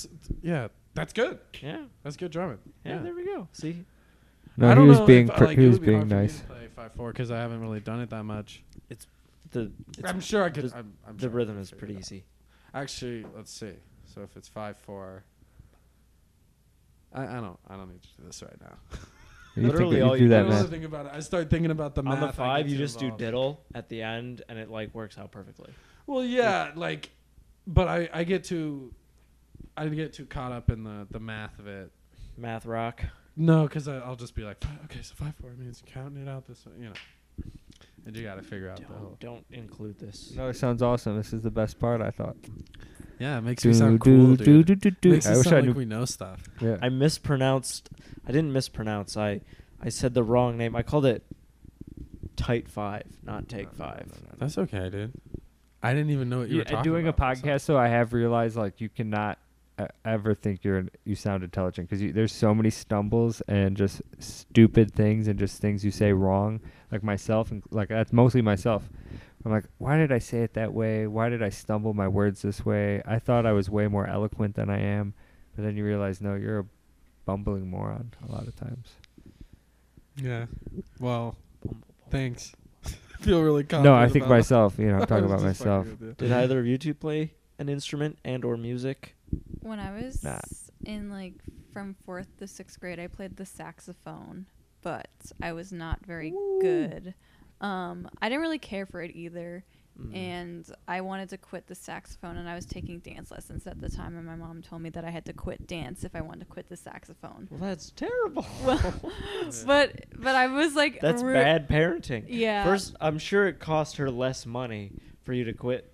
yeah. That's good. yeah, That's good drumming. yeah. There we go. See, no, I he don't was know being if, uh, pr- like, he it was would be being hard for me nice. to play five four because I haven't really done it that much. the it's- I'm sure I could. the- I'm, I'm the sure I rhythm could is figure pretty it out. easy. Actually, let's see. So if it's five four, I, I don't. I don't need to do this right now. You think Literally that all you do you that, I don't do is- man? think about it. I start thinking about the math. On the I five, get you too just involved. do diddle at the end, and it like works out perfectly. Well, yeah, like, but I I get too, I get too caught up in the the math of it. Math rock. No, because I'll just be like, "Fi- okay, so five four means counting it out this way, you know. And you got to figure out the whole. Don't, don't include this. No, it sounds awesome. This is the best part, I thought. Yeah, it makes Do, me sound do, cool, do, dude. do, do, do. Makes I us wish sound I like knew. we know stuff. Yeah. I mispronounced. I didn't mispronounce. I I said the wrong name. I called it tight five, not take five. That's okay, dude. I didn't even know what you were Yeah, talking doing about. a so- podcast, so I have realized like you cannot uh, ever think you're an, you sound intelligent because there's so many stumbles and just stupid things and just things you say wrong. Like myself, and like that's mostly myself. I'm like, why did I say it that way? Why did I stumble my words this way? I thought I was way more eloquent than I am, but then you realize, no, you're a bumbling moron a lot of times. Yeah. Well, thanks. Feel really confident. No, I think about it. myself. You know, I I'm talking was about just fucking myself. with you. Did either of you two play an instrument and or music? When I was Nah. in like from fourth to sixth grade, I played the saxophone, but I was not very good. Um, I didn't really care for it either, Mm. and I wanted to quit the saxophone. And I was taking dance lessons at the time, and my mom told me that I had to quit dance if I wanted to quit the saxophone. Well, that's terrible. But but I was like, that's ru- bad parenting. Yeah. First, I'm sure it cost her less money for you to quit.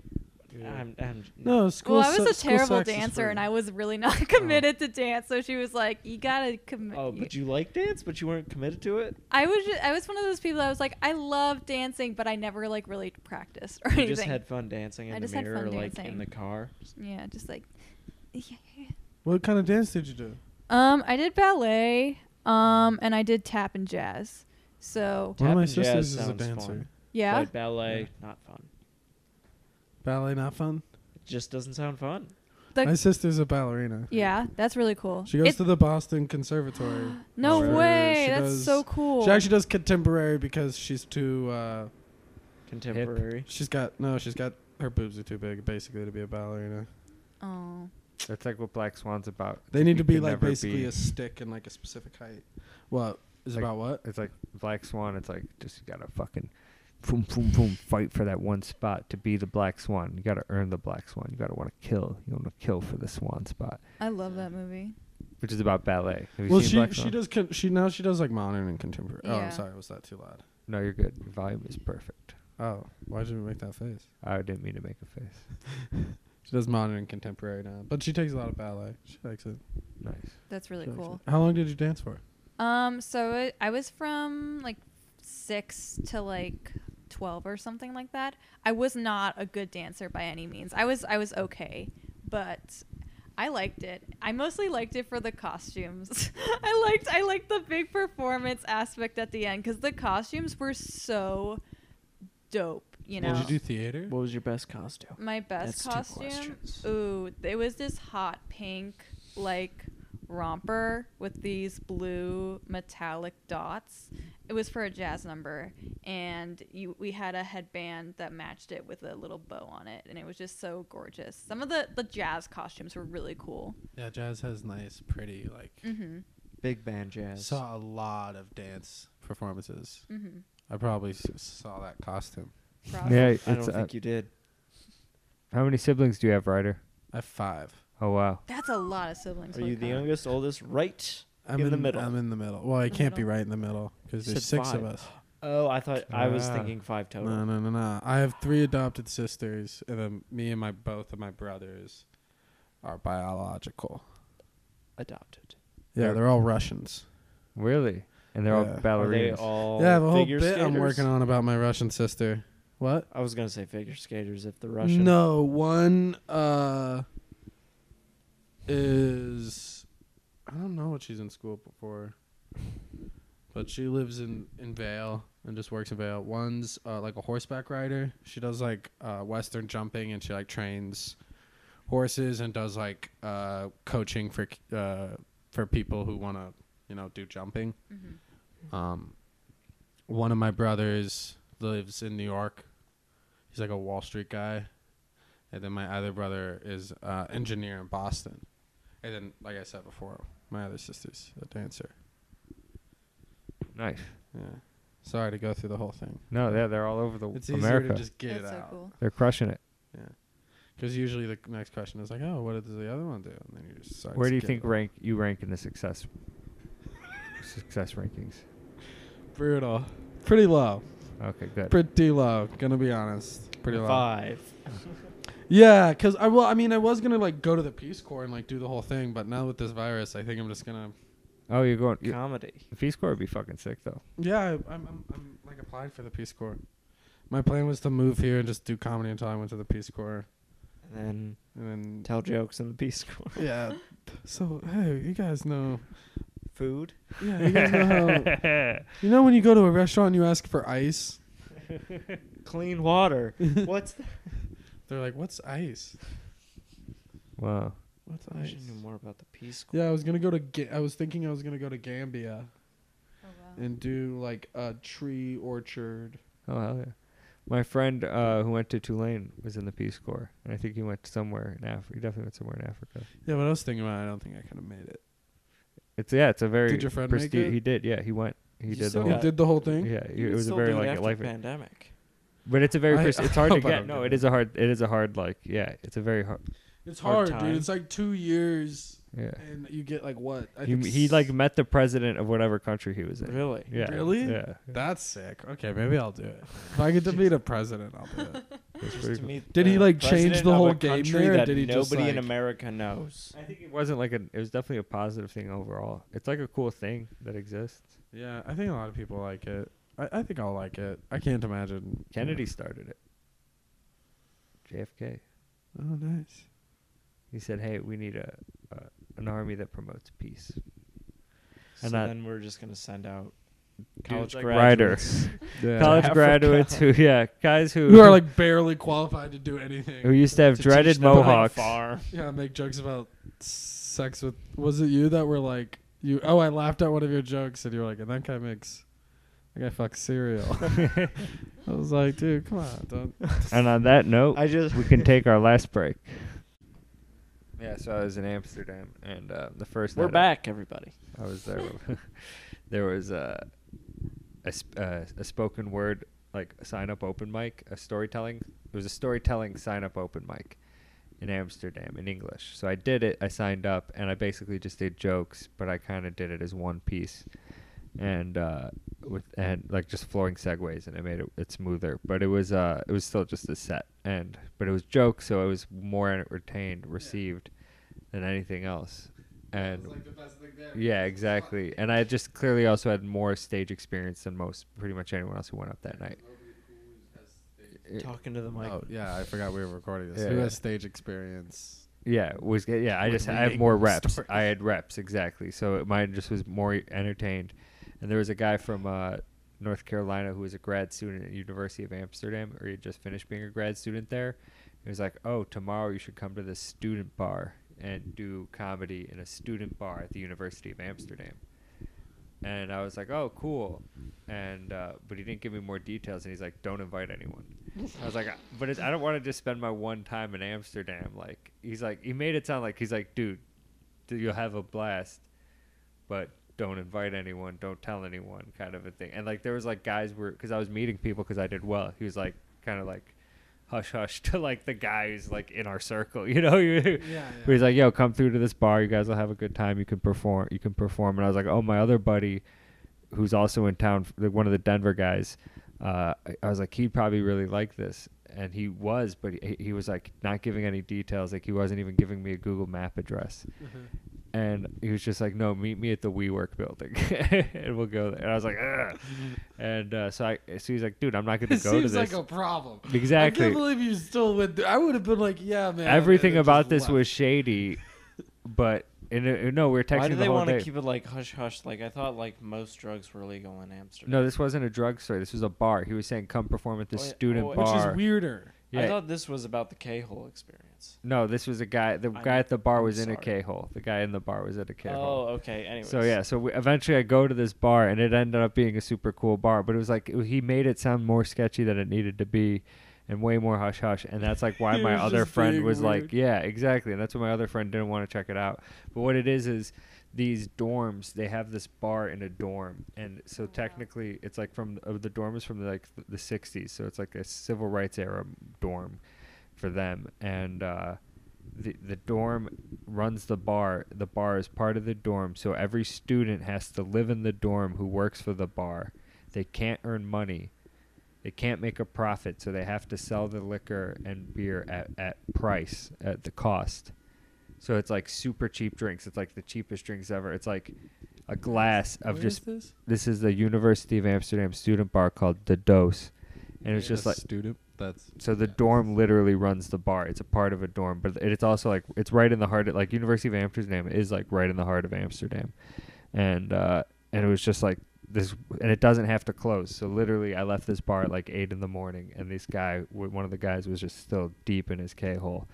I'm, I'm, No, school. Well, I was se- a school terrible sex is dancer, free. and I was really not committed to dance. So she was like, "You gotta commit." Oh, but you like dance, but you weren't committed to it. Mm, I was just, I was one of those people that was like, I love dancing, but I never like really practiced or You anything. just had fun dancing in I the just had mirror, fun or like in dancing. the car. yeah, just like yeah, yeah. yeah. What kind of dance did you do? Um, I did ballet, um, and I did tap and jazz. One of So Tap my and jazz sisters is a sounds dancer. fun. yeah, But ballet, not fun. Ballet not fun. It just doesn't sound fun. The- my sister's a ballerina. yeah, that's really cool. She goes It- to the Boston Conservatory. no She- way, she that's does- so cool. She actually does contemporary because she's too. Uh, Contemporary. she's got no. She's got her boobs are too big basically to be a ballerina. oh, That's like what Black Swan's about. They need You to be can like never basically be- a stick and like a specific height. What is Like- about what? It's like Black Swan. It's like just you gotta fucking, boom, boom, boom, fight for that one spot to be the Black Swan. You gotta earn the Black Swan. You gotta want to kill. You want to kill for the Swan spot, I love that movie. which is about ballet. Have you Well, seen she Black she Swan? does con- she now she does like modern and contemporary. Oh, Yeah. I'm sorry, was that too loud? No, you're good. Your volume is perfect. Oh, why did you make that face? I didn't mean to make a face. She does modern and contemporary now, but she takes a lot of ballet. She likes it. Nice. That's really She likes cool. it. How long did you dance for? Um, so it, I was from like six to like twelve or something like that. I was not a good dancer by any means. I was I was okay, but I liked it. I mostly liked it for the costumes. I liked I liked the big performance aspect at the end because the costumes were so dope. you Did know. you do theater? What was your best costume? My That's best two costume. questions. Ooh, it was this hot pink like romper with these blue metallic dots. It was for a jazz number, and you we had a headband that matched it with a little bow on it, and it was just so gorgeous. Some of the the jazz costumes were really cool. yeah, jazz has nice, pretty like. Mm-hmm. Big band jazz. Saw a lot of dance performances. Mm-hmm. I probably s- saw that costume. Yeah, I don't it's, uh, think you did. how many siblings do you have, Ryder? I have five. Oh wow. That's a lot of siblings. Are holy you the cow. youngest, oldest, right? I'm In the middle. I'm in the middle. Well, I In the can't be middle. right in the middle because You there's said six of five. us. Oh, I thought I was Ah. thinking five total. No, no, no, no. I have three adopted sisters, and then me and my both of my brothers are biological. Adopted. Yeah, They're- they're all Russians. Really? And they're Yeah. all Are they Are they ballerinas. all yeah, the whole figure bit I'm skaters? working on about my Russian sister. What? I was gonna say figure skaters if the Russian. No, one uh is I don't know what she's in school for. But she lives in in Vale and just works in Vale. One's uh, like a horseback rider. She does like uh western jumping and she like trains horses and does like uh coaching for k- uh for people who want to, you know, do jumping. Mhm. Um, one of my brothers lives in New York. He's like a Wall Street guy, and then my other brother is uh, engineer in Boston, and then like I said before, my other sister's a dancer. Nice. Yeah, sorry to go through the whole thing. No, yeah, they're all over the It's easier America. to just get That's it so out. cool. They're crushing it. Because usually the next question is like, oh, what does the other one do? And then you just start Where to do you get think it. rank you rank in the success success rankings? brutal? Pretty low. Okay, good. Pretty low. Gonna be honest. Pretty low. Five. Yeah, cause I well, I mean, I was gonna like go to the Peace Corps and like do the whole thing, but now with this virus, I think I'm just gonna. Oh, you're going. You, Comedy. the fee score would be fucking sick though. Yeah, I, I'm, I'm I'm like applied for the Peace Corps. My plan was to move here and just do comedy until I went to the Peace Corps, And then and then tell jokes in the Peace Corps. yeah. So hey, you guys know, Food. yeah, you guys know how. You know when you go to a restaurant and you ask for ice, Clean water. What's that? they're like, "What's ice? wow. What's I ice?" should know more about the Peace Corps. Yeah, I was gonna go to. Ga- I was thinking I was gonna go to Gambia Oh, wow. and do like a tree orchard. Oh hell yeah. My friend uh, who went to Tulane was in the Peace Corps, and I think he went somewhere in Africa. He definitely went somewhere in Africa. Yeah, but I was thinking about. it, I don't think I could have made it. It's yeah, it's a very. Did your friend make presti- it? He did. Yeah, he went. He You did the still whole. You got- did the whole thing. yeah, You it could was a still very do it like after life. the pandemic. But it's a very. I- pres- I it's hard to hope I get. don't No, get it it. is a hard. It is a hard like. Yeah, it's a very hard. It's Hard hard, time. dude. It's like two years, Yeah. and you get like what? I He, think he like s- met the president of whatever country he was in. Really? Yeah. Really? Yeah. That's sick. Okay, maybe I'll do it. If I get to meet a president, I'll do it. That's Just pretty to cool. meet Did he, the like, change president the of a whole game country there, or That did he just, nobody in like- America knows. I think it wasn't like an. It was definitely a positive thing overall. It's like a cool thing that exists. Yeah, I think a lot of people like it. I, I think I'll like it. I can't imagine Kennedy started it. JFK. Oh, nice. He said, "Hey, we need a, a an army that promotes peace." And And that- then we're just gonna send out college Dudes like Ryder. graduates. Yeah. College Africa. graduates who, yeah, guys who Who are like barely qualified to do anything. who used to have to teach dreaded them how to mohawks. farm. Yeah, make jokes about sex with. Was it you that were like you? Oh, I laughed at one of your jokes, and you were like, and that guy makes, that guy fucks cereal. I was like, dude, come on, don't. And on that note, I just we can take our last break. Yeah, so I was in Amsterdam, and uh, the first We're night I- back, everybody. I was there. with- there was a a, sp- uh, a spoken word like sign up open mic, a storytelling. It was a storytelling sign up open mic in Amsterdam in English. So I did it. I signed up, and I basically just did jokes, but I kind of did it as one piece, and uh, with and like just flowing segues, and it made it, it smoother. But it was uh it was still just a set, and but it was jokes, so it was more entertained, received than anything else, and. Yeah, exactly. And I just clearly also had more stage experience than most, pretty much anyone else who went up that night. It- Talking to the mic. Oh yeah, I forgot we were recording this. Yeah, Who yeah. has stage experience? Yeah, it was good. Yeah, I Like just I have reading more reps. stories. I had reps exactly, so mine just was more entertained. And there was a guy from uh, North Carolina who was a grad student at University of Amsterdam, or he had just finished being a grad student there. He was like, "Oh, tomorrow you should come to this student bar and do comedy in a student bar at the University of Amsterdam." And I was like, "Oh, cool," and uh, but he didn't give me more details, and he's like, "Don't invite anyone." I was like, "Uh, "But it's, I don't want to just spend my one time in Amsterdam." Like he's like, he made it sound like he's like, "Dude, d- you'll have a blast, but don't invite anyone, don't tell anyone," kind of a thing. And like there was like guys were because I was meeting people because I did well. He was like, kind of like. Hush, hush to like the guy who's like in our circle, you know. yeah, yeah. he's like, "Yo, come through to this bar. You guys will have a good time. You can perform. You can perform." And I was like, "Oh, my other buddy, who's also in town, f- the- one of the Denver guys. Uh, I, I was like, he'd probably really like this, and he was, but he, he was like not giving any details. Like he wasn't even giving me a Google Map address, and he was just like, "No, meet me at the WeWork building, and we'll go there." And I was like, Ugh. and uh, so I, so he's like, "Dude, I'm not going to It go seems to this." like a problem. I Exactly. can't believe you still went. Through. I would have been like, yeah, man. Everything and then about just this left. was shady, but and uh, no, we were texting Why do the they whole want day. to keep it like hush hush? Like I thought, like most drugs were legal in Amsterdam. no, this wasn't a drugstore. This was a bar. He was saying, "Come perform at the Oh, yeah. student Oh, which which bar." is weirder. Yeah, I thought this was about the K hole experience. No, this was a guy. The I guy know. at the bar I'm was in a sorry. K hole. The guy in the bar was at a K Oh, hole. okay. Anyways. so yeah, so we, eventually I go to this bar, and it ended up being a super cool bar. But it was like he made it sound more sketchy than it needed to be, and way more hush hush. And that's like why He my was other just friend being was like, weird. yeah, exactly. And that's why my other friend didn't want to check it out. But what it is is these dorms. They have this bar in a dorm, and so technically it's like from uh, the dorm is from like th- the '60s, so it's like a civil rights era dorm for them, and. uh the, the dorm runs the bar. The bar is part of the dorm, so every student has to live in the dorm who works for the bar. They can't earn money. They can't make a profit, so they have to sell the liquor and beer at, at price, at the cost. So it's like super cheap drinks. It's like the cheapest drinks ever. It's like a glass of Where just is this? this is the University of Amsterdam student bar called the Dose. And it's just like student. That's so the dorm literally runs the bar. It's a part of a dorm, but it- it's also like it's right in the heart. Of, like University of Amsterdam is like right in the heart of Amsterdam, and uh, and it was just like this, and it doesn't have to close. So literally, I left this bar at like eight in the morning, and this guy, w- one of the guys, was just still deep in his k hole.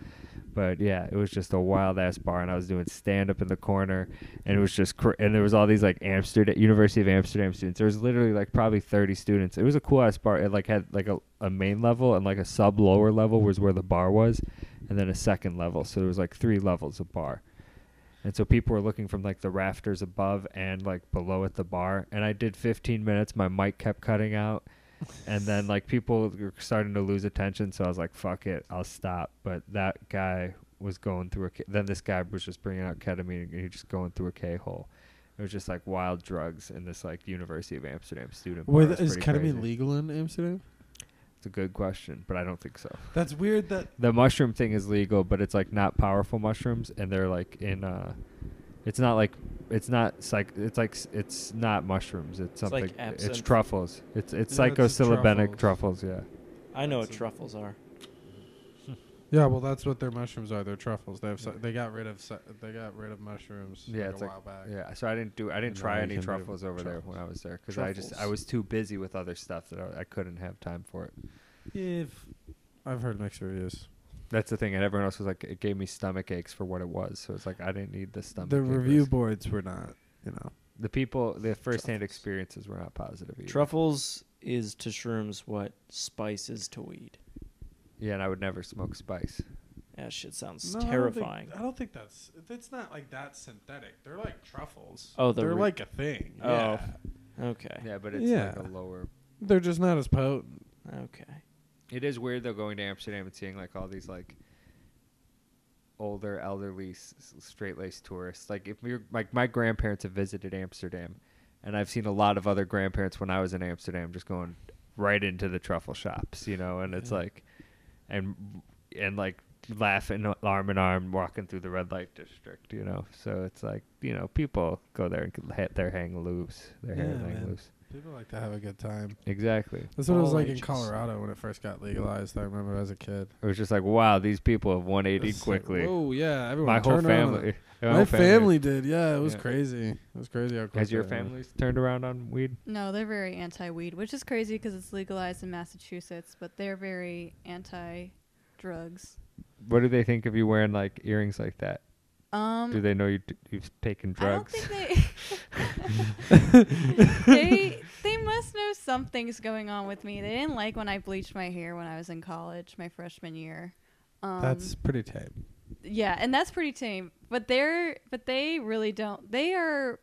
But yeah, it was just a wild ass bar, and I was doing stand up in the corner, and it was just cr- and there was all these like Amsterdam University of Amsterdam students. There was literally like probably thirty students. It was a cool ass bar. It like had like a, a main level and like a sub lower level was where the bar was, and then a second level. So there was like three levels of bar, and so people were looking from like the rafters above and like below at the bar. And I did fifteen minutes. My mic kept cutting out. And then, like people were starting to lose attention, so I was like, "Fuck it, I'll stop." But that guy was going through a. K- then this guy was just bringing out ketamine, and he was just going through a k hole. It was just like wild drugs in this like University of Amsterdam student. bar. It was is pretty ketamine crazy. legal in Amsterdam? It's a good question, but I don't think so. That's weird. That The mushroom thing is legal, but it's like not powerful mushrooms, and they're like in. uh It's not like it's not psych. It's like s- it's not mushrooms. It's It's something. like It's, absinthe. truffles. It's it's No, it's psychosyllabenic truffles. truffles. Yeah. I know what That's a- truffles are. yeah, well, that's what their mushrooms are. They're truffles. They have si- they got rid of si- they got rid of mushrooms. Yeah, like it's a like- while back. Yeah, so I didn't do I And didn't now try you any can do truffles over there when I was there because I just I Truffles. was too busy with other stuff that I, I couldn't have time for it. If I've heard mixed reviews. That's the thing, and everyone else was like, it gave me stomach aches for what it was. So it's like I didn't need the stomach. the ache review risk. boards were not, you know. the people, the first hand Truffles. experiences were not positive. Either. Truffles is to shrooms what spice is to weed. Yeah, and I would never smoke spice. That shit sounds No, I don't think- terrifying. I don't, think, that's. It's not like that synthetic. They're like truffles. Oh, they're, they're re- like a thing. Oh. Yeah. Okay. Yeah, but it's Yeah. like a lower. They're just not as potent. Okay. It is weird though going to Amsterdam and seeing like all these like older elderly s- straight laced tourists. Like if you're like my grandparents have visited Amsterdam, and I've seen a lot of other grandparents when I was in Amsterdam just going right into the truffle shops, you know, and it's Yeah. like and and like laughing arm in arm walking through the red light district, you know. So it's like you know people go there and can ha- their hang loose, their hair Yeah, hang man. loose. People like to have a good time. Exactly. That's what it was All like in ages. Colorado when it first got legalized. I remember as a kid. It was just like, wow, these people have 180 It's like, quickly. Whoa, yeah, everyone. my whole turned around on it. family. My family did. Yeah, it was Yeah. crazy. It was crazy how. Has quick your they went. family turned around on weed? No, they're very anti-weed, which is crazy because it's legalized in Massachusetts, but they're very anti-drugs. What do they think of you wearing like earrings like that? Um, Do they know you t- you've taken drugs? I don't think they, they they must know something's going on with me. They didn't like when I bleached my hair when I was in college, my freshman year. Um, That's pretty tame. yeah, and that's pretty tame. But they're but they really don't. They are.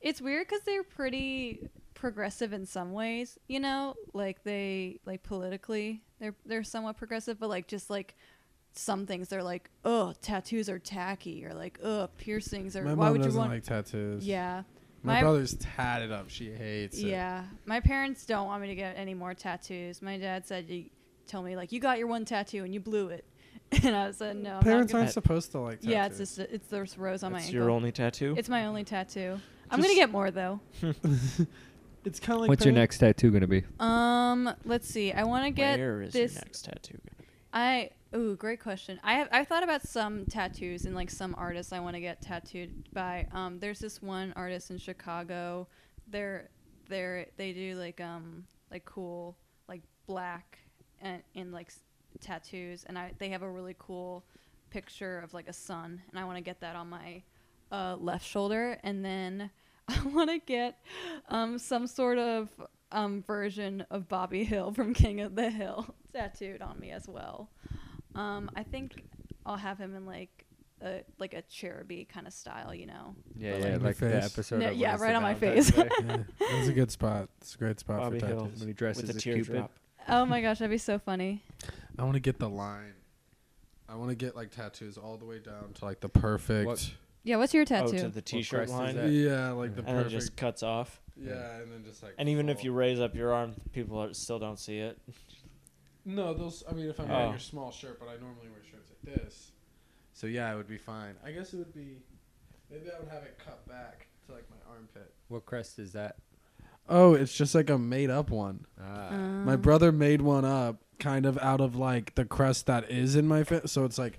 It's weird because they're pretty progressive in some ways. You know, like they like politically, they're they're somewhat progressive, but like just like. Some things they're like, oh, tattoos are tacky, or like, oh, piercings, or My why mom would you doesn't want? like tattoos. yeah, My, My- brother's tatted up. She hates it. yeah, my parents don't want me to get any more tattoos. My dad said, "You told me like you got your one tattoo and you blew it," and I said, "No, I'm not Parents gonna- aren't supposed to like tattoos. Yeah, it's just it's this rose on my That's ankle. your only tattoo. it's my only tattoo. I'm gonna Just- get more though. it's kind of like What's your next tattoo gonna be? Um, let's see. I want to get Where is this. your next tattoo? I ooh, great question. I have I thought about some tattoos and like some artists I want to get tattooed by. Um, there's this one artist in Chicago. They're they're they do like um like cool like black and in like s- tattoos, and I they have a really cool picture of like a sun, and I want to get that on my uh, left shoulder, and then I want to get um some sort of um, version of Bobby Hill from King of the Hill tattooed on me as well. Um, I think I'll have him in like a like a cheruby kind of style, you know. Yeah, yeah, like like the the episode. No, of yeah, what is right the on my Valentine's face. Day? yeah, that's a good spot. It's a great spot Bobby for Hill. tattoos. When he dresses With a as Cupid. teardrop. Oh my gosh, that'd be so funny. I want to get the line. I want to get like tattoos all the way down to like the perfect. What- Yeah, what's your Oh, to tattoo? the T-shirt crest is line, that? and Yeah, like the then it perfect. just cuts off. yeah, and then just like. And even if full. you raise up your arm, people are, still don't see it. No, those. I mean, if I'm wearing Oh. a small shirt, but I normally wear shirts like this, so yeah, it would be fine. I guess it would be. Maybe I would have it cut back to like my armpit. What crest is that? Oh, it's just like a made up one. Ah. Um, My brother made one up, kind of out of like the crest that is in my face. So it's like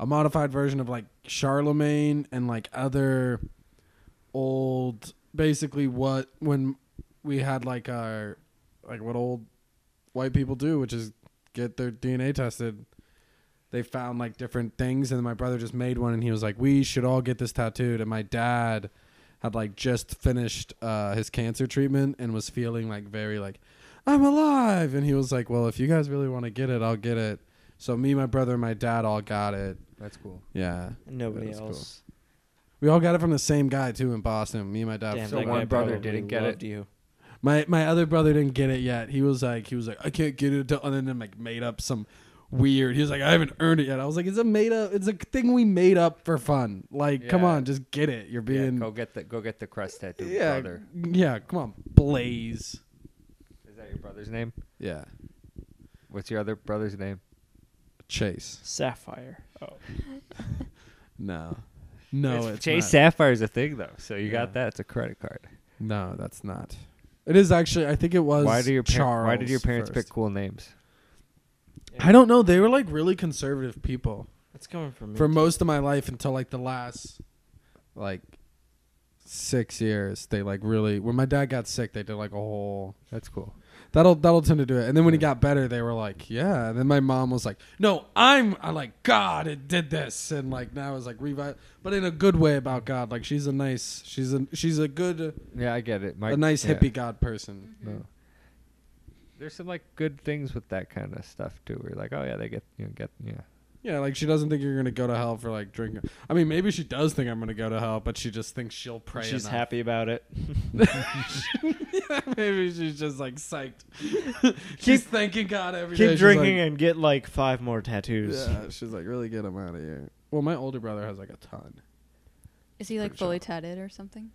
a modified version of like Charlemagne and like other old, basically what when we had like our like what old white people do, which is get their DNA tested. They found like different things, and my brother just made one, and he was like, "We should all get this tattooed." And my dad had like just finished uh, his cancer treatment and was feeling like very like I'm alive. And he was like, Well, if you guys really want to get it, I'll get it. So me, my brother, and my dad all got it. That's cool. Yeah. And nobody That's cool. else. We all got it from the same guy too in Boston. Me and my dad. Damn, Uh, So that one guy brother probably didn't get it. loved You. my my other brother didn't get it yet. He was like he was like, I can't get it until-" and then I'm like made up some weird he was like, I haven't earned it yet. I was like, It's a made up it's a thing we made up for fun. Like, come Yeah. on, just get it. You're Yeah, being go get the go get the crest tattoo, yeah, brother. yeah, come on. Blaze. Is that your brother's name? Yeah. What's your other brother's name? Chase. Sapphire. Oh, No. No, it's, Chase not. Sapphire is a thing though, so you Yeah. got that. It's a credit card. No, that's not. It is actually. I think it was. Why do your par- Charles Why did your parents first. pick cool names? I don't know. They were like really conservative people that's coming from me. for most of my life until like the last, like, six years. They like really. When my dad got sick, they did like a whole. That's cool. That'll that'll tend to do it. And then when he Yeah. got better, they were like, yeah. And then my mom was like, no, I'm. I'm like, God, it did this, and like now it's like revive, but in a good way about God. Like she's a nice. She's a she's a good, Yeah, I get it. My, a nice yeah. hippie God person. Mm-hmm. No. There's some like good things with that kind of stuff too. Where you're like, oh yeah, they get you know, get yeah. Yeah, like she doesn't think you're gonna go to hell for like drinking. I mean, maybe she does think I'm gonna go to hell, but she just thinks she'll pray. She's enough. happy about it. yeah, maybe she's just like psyched. she's thanking God every day. Keep She's drinking like, and get like five more tattoos. yeah, she's like, really get him out of here. Well, my older brother has like a ton. is he like pretty sure. fully tatted or something?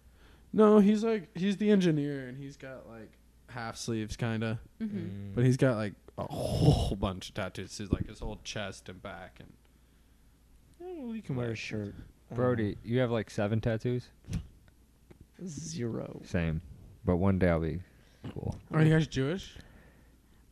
No, he's like he's the engineer and he's got like half sleeves kind of, Mm-hmm. Mm. but he's got like a whole bunch of tattoos. He's like his whole chest and back and. We can wear a shirt. I don't Brody, you have like seven tattoos. know. Zero. Same, but one day I'll be Cool. Are you guys Jewish?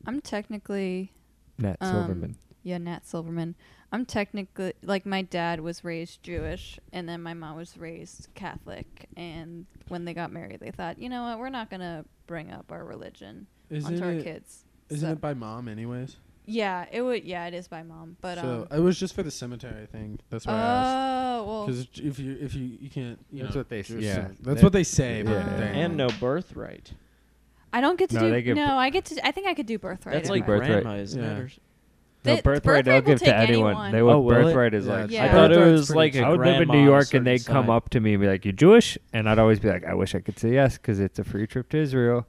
I'm technically Nat Um, Silverman. yeah, Nat Silverman. I'm technically like my dad was raised Jewish and then my mom was raised Catholic and when they got married they thought, you know what, we're not gonna bring up our religion onto our kids. Isn't So- it by mom anyways? yeah, it would yeah, it is by mom. But so um it was just for the cemetery thing. That's Oh why I asked. well Because if you if you you can't you That's know, what they s- Jewish yeah. cem- that's They- what they say. yeah, but yeah, yeah. dang. and no birthright. I don't get to No, do they get no, I get to I think I could do birthright. That's if like I- Birthright. grandma is Yeah. matters. No, Th- birthright they'll birthright will give to take anyone. anyone. They will Oh, will it? birthright is like Yeah. I thought it Birthright's was pretty like cheap. a I would live in grandma on New a York certain and they'd come side. up to me and be like, "You Jewish?" And I'd always be like, "I wish I could say yes because it's a free trip to Israel."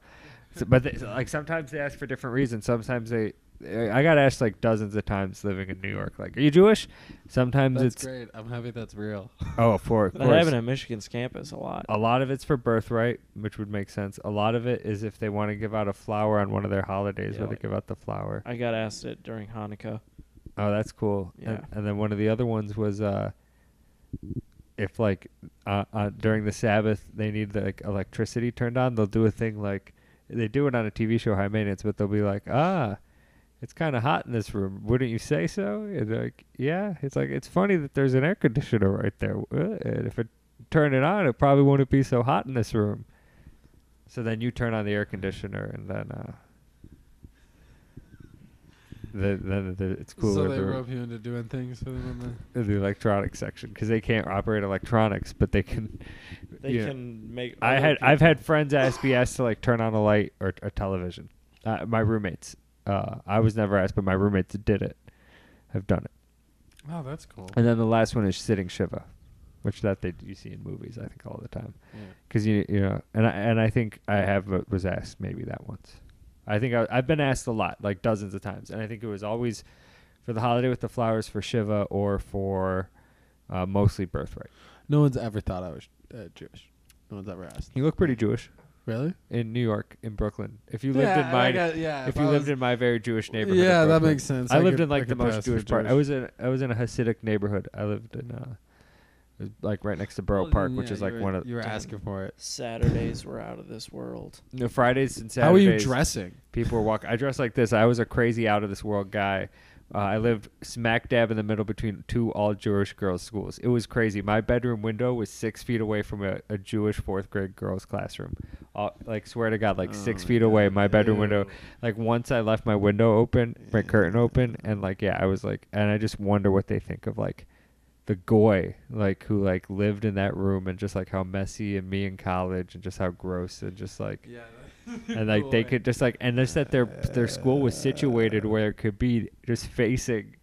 So, but they, like sometimes they ask for different reasons. Sometimes they, I got asked like dozens of times living in New York, like, "Are you Jewish?" Sometimes That's it's great. I'm happy that's real. oh, for of That course. Oh. happened at Michigan's campus a lot. A lot of it's for birthright, which would make sense. A lot of it is if they want to give out a flower on one of their holidays, Yeah, where like- they give out the flower. I got asked it during Hanukkah. Oh, that's cool. Yeah. And, and then one of the other ones was uh, if like uh, uh, during the Sabbath they need like electricity turned on, they'll do a thing like they do it on a TV show, High Maintenance, but they'll be like, ah, it's kind of hot in this room. Wouldn't you say so? And they're like, yeah. It's like it's funny that there's an air conditioner right there. Uh, And if it turn it on, it probably wouldn't be so hot in this room. So then you turn on the air conditioner, and then uh, the, the, the it's cooler. So they the- rope you into doing things for them. On the, in the electronics section because they can't operate electronics, but they can. They you know. can make. I other had I've people- had friends ask me asked to like turn on a light or a television. Uh, my roommates. Uh, I was never asked, but my roommates did it. Have done it. oh, that's cool. And then the last one is sitting shiva, which that they you see in movies I think all the time Yeah. because you you know and I and I think I have uh, was asked maybe that once. I think I, I've been asked a lot, like dozens of times, and I think it was always for the holiday with the flowers for Shiva or for uh, mostly birthright. No one's ever thought I was uh, Jewish. No one's ever asked. You look pretty Jewish Really? in New York, in Brooklyn. If you lived in my, yeah. if you lived in my very Jewish neighborhood, of yeah, that Brooklyn. makes sense. I, lived could- in like I the could most pass for Jewish part. I was in, I was in a Hasidic neighborhood. I lived in, uh, it was, like right next to Borough Well, Park, then, which yeah, is like you were- one of you were Damn. asking for it. Saturdays were out of this world. the Fridays and Saturdays. How are you dressing? People were walking. I dressed like this. I was a crazy out of this world guy. Uh, I lived smack dab in the middle between two all Jewish girls' schools. It was crazy. My bedroom window was six feet away from a, a Jewish fourth grade girls' classroom. All, like, swear to God, like six six feet away, my bedroom window. Like, once I left my window open, my curtain open, and like, yeah, I was like, and I just wonder what they think of like the goy, like, who like lived in that room and just like how messy and me in college and just how gross and just like Yeah. and like they could just like and just that their their school was situated where it could be just facing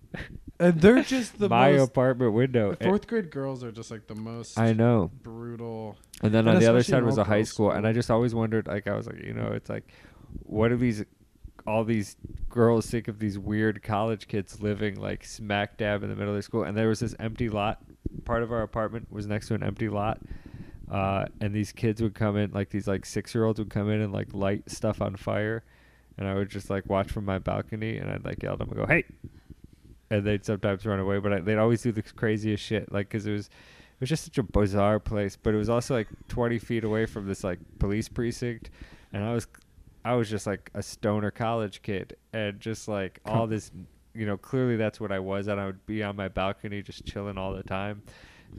And they're just the my most. apartment window. the fourth grade girls are just like the most I know. brutal. And then And on the other especially side in was all a high girls' school, and I school. just always wondered, like I was like, you know, it's like, what do these, all these girls think of these weird college kids living like smack dab in the middle of their school? And there was this empty lot. Part of our apartment was next to an empty lot, uh, and these kids would come in, like these like six year olds would come in and like light stuff on fire, and I would just like watch from my balcony, and I'd like yell at them and go, hey, and they'd sometimes run away, but I, they'd always do the craziest shit, like because it was it was just such a bizarre place, but it was also like 20 feet away from this like police precinct, and I was I was just like a stoner college kid, and just like all this, you know, clearly that's what I was, and I would be on my balcony just chilling all the time,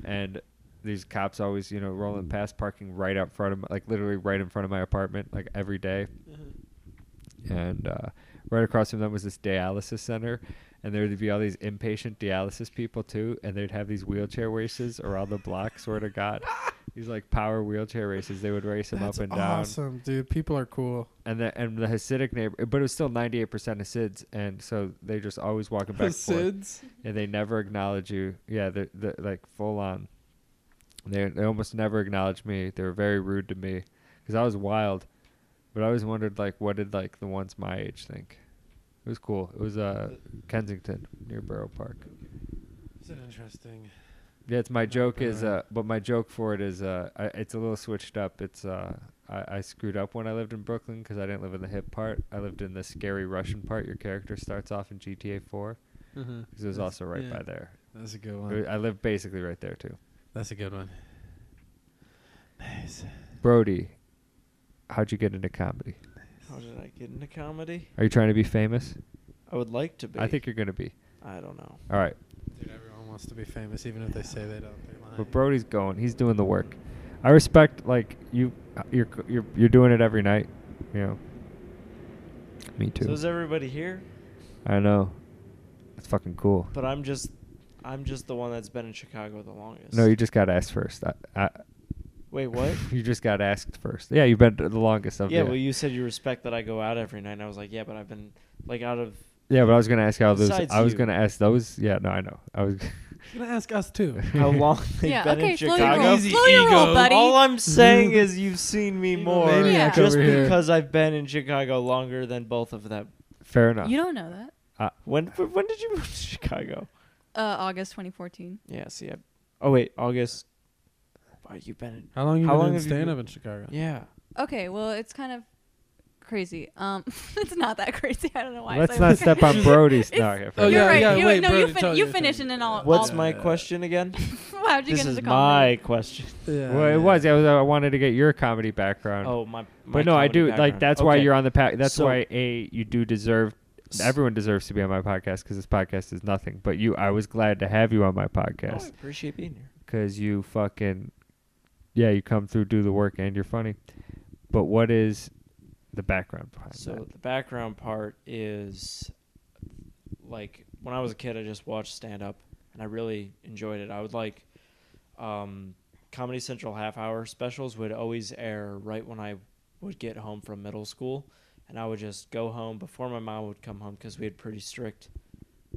and these cops always, you know, rolling past, parking right out front of my, like literally right in front of my apartment, like every day Uh-huh. and uh, right across from them was this dialysis center and there would be all these inpatient dialysis people too and they'd have these wheelchair races around the block swear to god these like power wheelchair races they would race them That's up and down awesome, dude. People are cool. and the and the hasidic neighbor but it was still 98% hasids and so they just always walking back and forth and they never acknowledge you. Yeah, they're, they're like full on. They they almost never acknowledged me. They were very rude to me because I was wild. But I always wondered like, what did like the ones my age think? It was cool. It was uh Kensington near Borough Park. It's an interesting. Yeah, it's my joke is Alright. uh, but my joke for it is uh, I, it's a little switched up. It's uh, I, I screwed up when I lived in Brooklyn because I didn't live in the hip part. I lived in the scary Russian part. Your character starts off in GTA 4 because it was also right by there. Mm-hmm. That's a good It was- one. I lived basically right there too. That's a good one. Nice. Brody, how'd you get into comedy? How Oh, did I get into comedy? Are you trying to be famous? I would like to be. I think you're gonna be. I don't know. All right, Dude, everyone wants to be famous, even if they say they don't. They're lying. but Brody's going. He's doing the work. I respect like you. You're you're you're doing it every night. You know. Me too. So is everybody here? I know. That's fucking cool. But I'm just, I'm just the one that's been in Chicago the longest. No, you just got asked first. I, I, Wait, what? you just got asked first. Yeah, you've been the longest of. yeah, well, you said you respect that I go out every night, and I was like, yeah, but I've been like out of. Yeah, but I was gonna ask how those. Besides I was you. gonna ask those. Yeah, no, I know. I was. I'm gonna ask us too. How long they've yeah, been okay, in slow Chicago? your roll, Easy slow your roll, ego. buddy. All I'm saying is you've seen me more maniac just over here. because I've been in Chicago longer than both of them. Fair enough. you don't know that. When when did you move to Chicago? Uh, August 2014. Yeah, see, I, oh wait, August. Wow, you've been in, How long you How been long in have you stand been- up in Chicago? yeah. Okay, well, it's kind of crazy. Um, it's not that crazy. I don't know why. I Let's say not that. step on Brody's. no, okay, fair Oh, enough. You're yeah, right. yeah, you, wait, no, you, Brody, fin- tell you your finish thing. and then I'll. What's I'll- my Yeah. question again? How'd you This get is into my comedy? question. Yeah, Well, it was. I was. I wanted to get your comedy background. Oh my. my but no, I comedy do like. background. That's why Okay. you're on the pack. That's So- why a you do deserve. S- Everyone deserves to be on my podcast because this podcast is nothing. But you, I was glad to have you on my Oh, I podcast appreciate being here. Oh. because you fucking, yeah, you come through, do the work, and you're funny. But what is the background behind So the background part is like when I was a kid, I just watched stand up and I really enjoyed it. I would like um, Comedy Central half hour specials would always air right when I would get home from middle school, and I would just go home before my mom would come home because we had pretty strict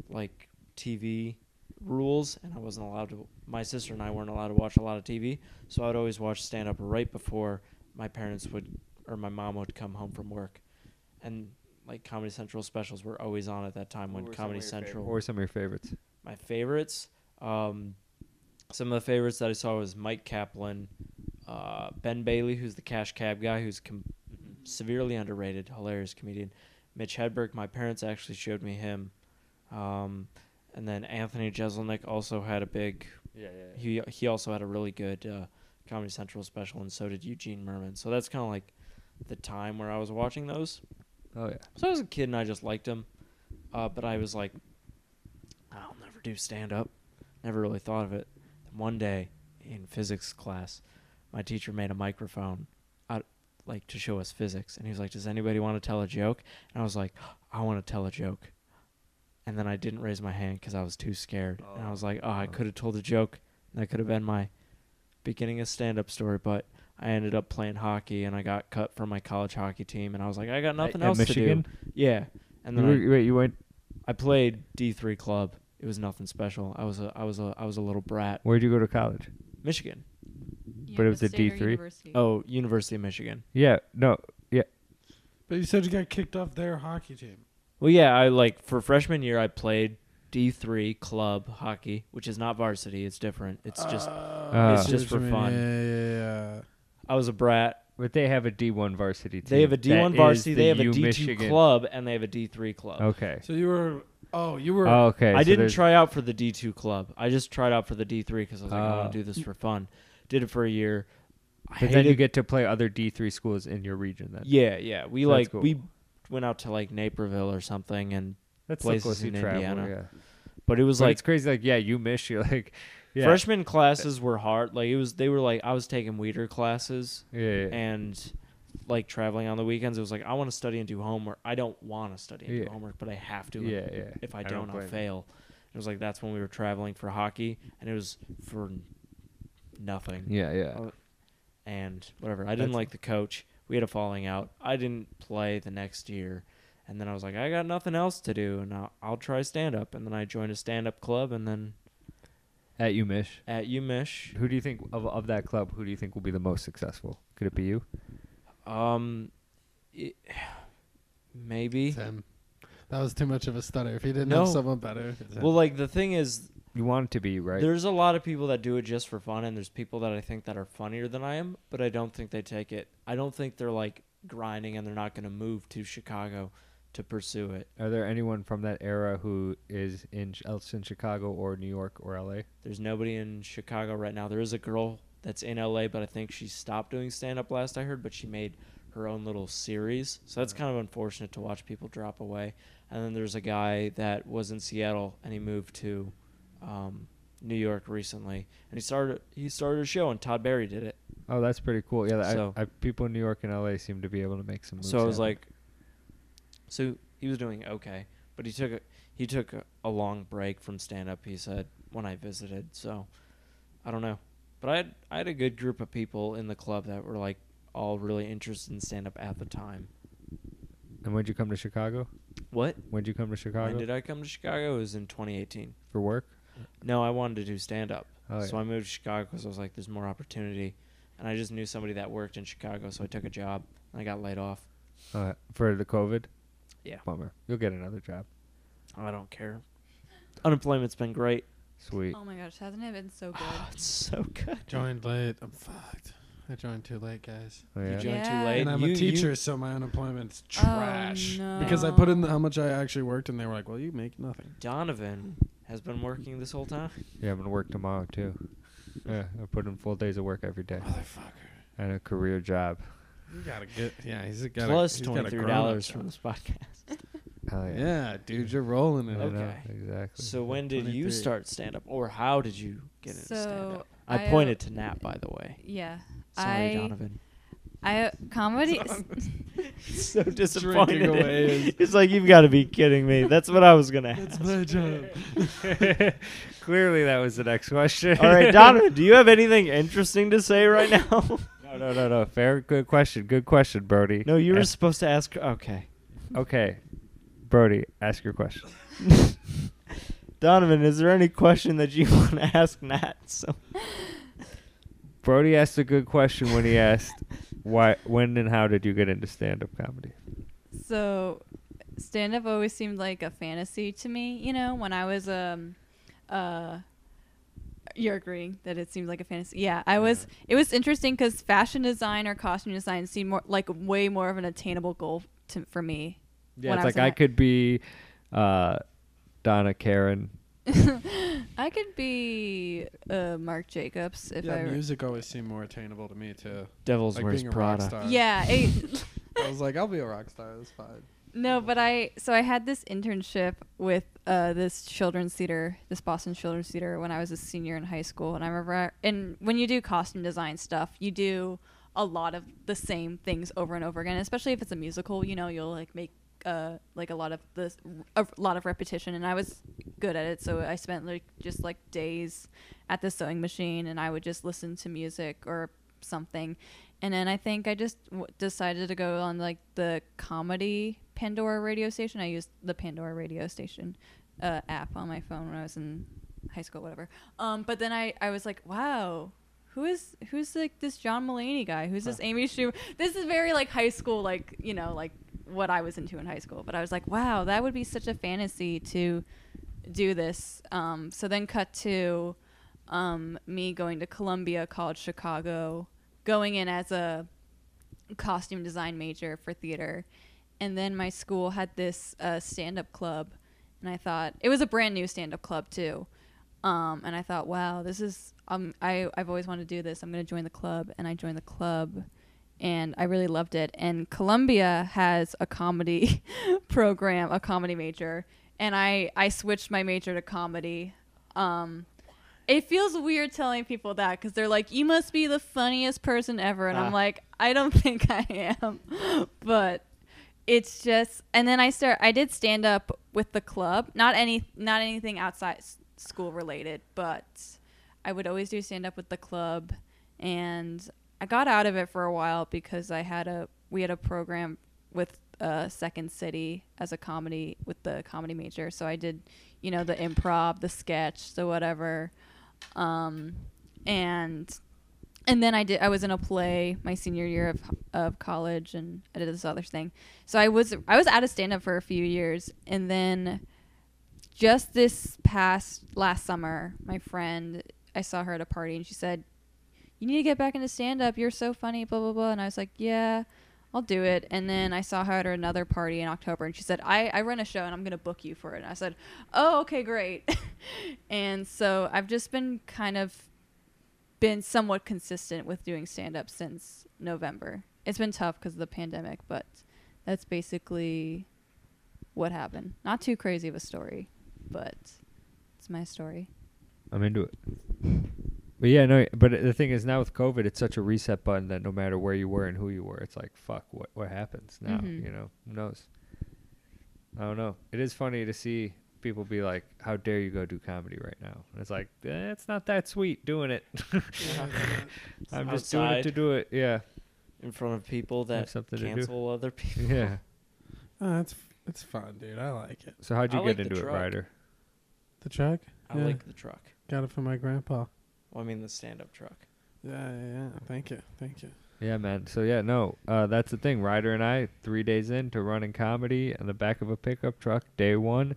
like TV rules, and I wasn't allowed to. My sister and I weren't allowed to watch a lot of TV, so I would always watch stand up right before my parents would or my mom would come home from work, and like Comedy Central specials were always on at that time that? when Comedy Central What were some of your favorites? my favorites. Um, some of the favorites that I saw was Mike Kaplan, uh, Ben Bailey, who's the Cash Cab guy, who's com- severely underrated, hilarious comedian. Mitch Hedberg, my parents actually showed me him. Um, and then Anthony Jeselnik also had a big. Yeah, He he also had a really good uh, Comedy Central special, and so did Eugene Merman. So that's kind of like the time where I was watching those. Oh yeah. So I was a kid and I just liked him, uh, but I was like, I'll never do stand up. Never really thought of it. And one day in physics class, my teacher made a microphone, out, like to show us physics, and he was like, "Does anybody want to tell a joke?" And I was like, "I want to tell a joke." And then I didn't raise my hand because I was too scared, and I was like, "Oh, I Oh. could have told a joke. and That could have been my beginning a stand up story, but." I ended up playing hockey and I got cut from my college hockey team and I was like I got nothing At else to do. Michigan? Yeah, and You then were- wait, you went. I, I played D three club. It was nothing special. I was a I was a I was a little brat. Where'd you go to college? Michigan. But it was a State or D3. university. Oh, University of Michigan. Yeah. No. Yeah. But you said you got kicked off their hockey team. Well, yeah, I like for freshman year I played D three club hockey, which is not varsity. It's different. It's just Ah. uh, It's just for fun. Yeah, yeah, yeah. I was a brat. But they have a D one varsity team. They have a D That one is varsity. the They have a U D two Michigan. club, and they have a D three club. Okay. So you were. Oh, you were. Oh, okay. I so didn't there's- try out for the D two club. I just tried out for the D three because I was like, I Ah. want to do this for fun. Did it for a year. I But hated then you get to play other D three schools in your region. Then Yeah, yeah. We That's like cool. we went out to like Naperville or something, and that's places places you in travel. Indiana. Yeah. but it was But like it's crazy. Like yeah, you miss you like yeah. freshman classes were hard. Like it was they were like I was taking weeder classes Yeah. yeah, yeah. and like traveling on the weekends. It was like I want to study and do homework. I don't want to study and Yeah. do homework, but I have to. Yeah, yeah. If I I don't don't, I'll blame you. fail. It was like that's when we were traveling for hockey, and it was for nothing. yeah. Yeah. Uh, and whatever. I didn't That's- like the coach. We had a falling out. I didn't play the next year. And then I was like, I got nothing else to do, and I'll, I'll try stand up. And then I joined a stand up club, and then At you miss. at UMich, Who do you think of of that club? Who do you think will be the most successful? Could it be you? um, it, maybe. Tim. That was too much of a stutter. If you didn't No. have someone better. Well, like the thing is, You want it to be right. there's a lot of people that do it just for fun, and there's people that I think that are funnier than I am, but I don't think they take it. I don't think they're like grinding, and they're not going to move to Chicago to pursue it. Are there anyone from that era who is in else in Chicago or New York or L.A.? There's nobody in Chicago right now. There is a girl that's in LA, but I think she stopped doing stand up last I heard, but she made her own little series. So that's kind of unfortunate to watch people drop away. And then there's a guy that was in Seattle and he moved to um, New York recently, and he started he started a show, and Todd Barry did it. Oh, that's pretty cool. Yeah, that- So- I, I, people in New York and LA seem to be able to make some moves. so I was happen. like, so he was doing okay, but he took a, he took a, a long break from stand up. He said when I visited, so I don't know, but I had, I had a good group of people in the club that were like all really interested in stand up at the time. and when'd you come to Chicago? What? When'd you come to Chicago When did I come to Chicago? It was in 2018. for work? No, I wanted to do stand up. Oh, so yeah. I moved to Chicago because I was like, there's more opportunity. And I just knew somebody that worked in Chicago, so I took a job and I got laid off. Uh, for the COVID. Yeah. Bummer. You'll get another job. I don't care. Unemployment's been great. Sweet. Oh my gosh, hasn't it been so Oh, good? it's so good. Joined late. I'm fucked. I joined too late, guys. Oh, You yeah. joined Yeah. too late. And I'm You- a you- teacher, so my unemployment's trash. no. Because I put in how much I actually worked, and they were like, "Well, you make nothing." Donovan has been working this whole time. Yeah, I'm gonna work tomorrow too. Yeah, I put in full days of work every day Motherfucker. and a career job. You gotta get. Yeah, he's got Plus twenty three dollars from this podcast. Hell yeah. Yeah, dude, you're rolling I in know, it. Okay. Exactly. So when did you 23. start stand up, or how did you get into stand So up? I I, uh, pointed to Nat, by the way. Yeah. Sorry, I Donovan. I uh, comedy He's so Drinking away disappointed. his- He's like, you've got to be kidding me. That's what I was gonna ask. That's my job. Clearly, that was the next question. All right, Donovan, do you have anything interesting to say right now? No, no, no, no. Fair. Good question. Good question, Brody. no, you were Ask- supposed to ask. Okay. okay, Brody. Ask your question. Donovan, is there any question that you want to ask Nat? So Brody asked a good question when he asked, "Why? When and how did you get into stand-up comedy?" So, stand up always seemed like a fantasy to me. You know, when I was um, uh, you're agreeing that it seemed like a fantasy. Yeah, I was. It was interesting because fashion design or costume design seemed more like way more of an attainable goal to, for me. Yeah, when it's I was like in I hi- could be uh, Donna Karen. I could be uh, Mark Jacobs if I. Yeah, were- music always seemed more attainable to me too. Devil's Like Wears being a rock Prada. star. yeah. it- I was like, I'll be a rock star. That's fine. No, but I so I had this internship with uh, this children's theater, this Boston Children's Theater, when I was a senior in high school, and I remember. I, and when you do costume design stuff, you do a lot of the same things over and over again. Especially if it's a musical, you know, you'll like make uh, like a lot of this, a lot of repetition. And I was good at it, so I spent like just like days at the sewing machine, and I would just listen to music or something and then I think I just w- decided to go on like the comedy Pandora radio station. I used the Pandora radio station uh, app on my phone when I was in high school, whatever. Um, but then I, I was like, wow, who is who's like this John Mulaney guy? Who's this Amy Schumer? This is very like high school, like you know, like what I was into in high school. But I was like, wow, that would be such a fantasy to do this. Um, so then cut to um, me going to Columbia College Chicago, going in as a costume design major for theater. And then my school had this uh, stand up club. And I thought, it was a brand new stand up club too. Um, and I thought, wow, this is, um, I, I've always wanted to do this. I'm going to join the club. And I joined the club. And I really loved it. And Columbia has a comedy program, a comedy major. And I, I switched my major to comedy. Um, it feels weird telling people that because they're like, you must be the funniest person ever. And Ah. I'm like, I don't think I am. but it's just, and then I start, I did stand up with the club, not any, not anything outside s- school related, but I would always do stand up with the club. And I got out of it for a while because I had a, we had a program with uh, Second City as a comedy with the comedy major. So I did, you know, the improv, the sketch, the whatever, um, and and then I did. I was in a play my senior year of of college, and I did this other thing. So I was I was out of stand up for a few years, and then just this past last summer, my friend I saw her at a party, and she said, "You need to get back into stand up. You're so funny." Blah blah blah. And I was like, "Yeah." I'll do it. And then I saw her at another party in October and she said, I, I run a show and I'm going to book you for it. And I said, Oh, okay, great. and so I've just been kind of been somewhat consistent with doing stand up since November. It's been tough because of the pandemic, but that's basically what happened. Not too crazy of a story, but it's my story. I'm into it. But yeah, no. But the thing is, now with COVID, it's such a reset button that no matter where you were and who you were, it's like, fuck, what what happens now? Mhm. You know, who knows? I don't know. It is funny to see people be like, "How dare you go do comedy right now?" And it's like, eh, it's not that sweet doing it. I'm just doing it Outside. to do it. Yeah, in front of people Have that something to do. cancel other people. yeah. Oh, it's it's fun, dude. I like it. So how'd you I get like the into it, truck. Ryder? The truck. I Yeah. like the truck. Got it from my grandpa. Well, I mean the stand-up truck. Yeah, yeah, yeah. Thank you, thank you. Yeah, man. So yeah, no, uh, that's the thing. Ryder and I, three days into running comedy on the back of a pickup truck, day one.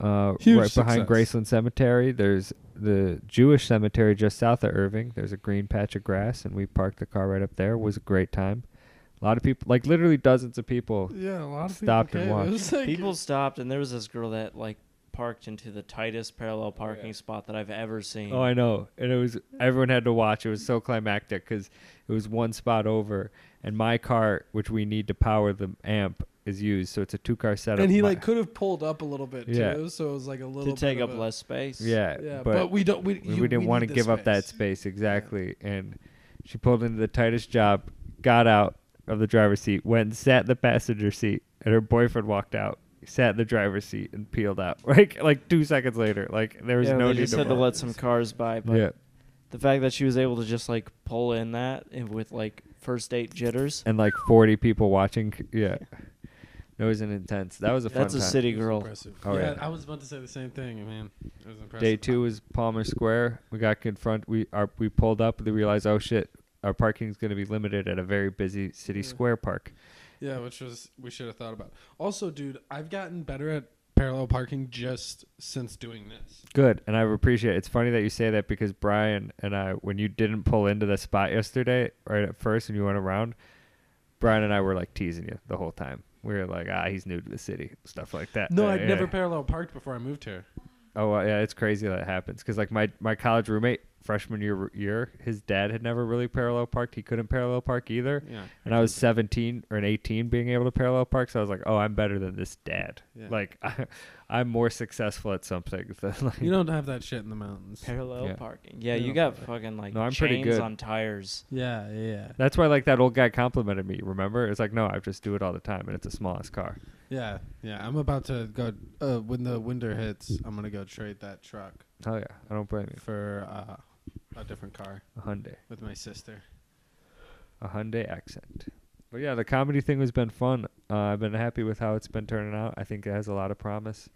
Uh, Huge right behind success. Graceland Cemetery, there's the Jewish cemetery just south of Irving. There's a green patch of grass, and we parked the car right up there. It was a great time. A lot of people, like literally dozens of people. Yeah, a lot of Stopped and people came. watched. It was like, People stopped, and there was this girl that like parked into the tightest parallel parking spot that I've ever seen. Oh, I know. And it was everyone had to watch. It was so climactic because it was one spot over, and my car, which we need to power the amp, is used. So it's a two-car setup. and he My- like could have pulled up a little bit Yeah. too, so it was like a little to take bit up of a- less space. Yeah, Yeah, but, but, we don't. We, we, you- we didn't want to need the give up that space. space exactly. And she pulled into the tightest job, got out of the driver's seat, went and sat in the passenger seat, and her boyfriend walked out, sat in the driver's seat, and peeled out. Like like two seconds later, like there was Yeah, no they need just to. had to walk. let some cars by, but yeah, the fact that she was able to just like pull in that and with like first date jitters, and like forty people watching. Yeah, it was an intense. That was a fun. that's a time. city It was girl. impressive. Oh, yeah, yeah. I was about to say the same thing. Man, it was impressive. Day two was Palmer Square. We got confront. We our we pulled up. and We realized, oh shit, our parking's going to be limited at a very busy city Yeah. square park. Yeah, which was we should have thought about. Also, dude, I've gotten better at parallel parking just since doing this. Good, and I appreciate it. It's funny that you say that because Brian and I, when you didn't pull into the spot yesterday, right at first, and you went around, Brian and I were like teasing you the whole time. We were like, ah, he's new to the city, stuff like that. No, Uh, I'd yeah. never parallel parked before I moved here. Oh, uh, yeah, it's crazy that it happens because like my my college roommate freshman year year, his dad had never really parallel parked. He couldn't parallel park either, Yeah, and I was seventeen or an eighteen being able to parallel park. So I was like, oh, I'm better than this dad. Yeah. Like, I, I'm more successful at something than like. you don't have that shit in the mountains. Parallel Yeah. parking. Yeah, Yeah. you got fucking like No, I'm chains pretty good. on tires. Yeah, yeah, yeah. That's why like that old guy complimented me. Remember? It's like no, I just do it all the time, and it's the smallest car. Yeah, yeah. I'm about to go. Uh, when the winter hits, I'm gonna go trade that truck Hell yeah, I don't blame you. for uh, a different car A Hyundai, with my sister. a Hyundai accent. But yeah, the comedy thing has been fun. Uh, I've been happy with how it's been turning out. I think it has a lot of promise.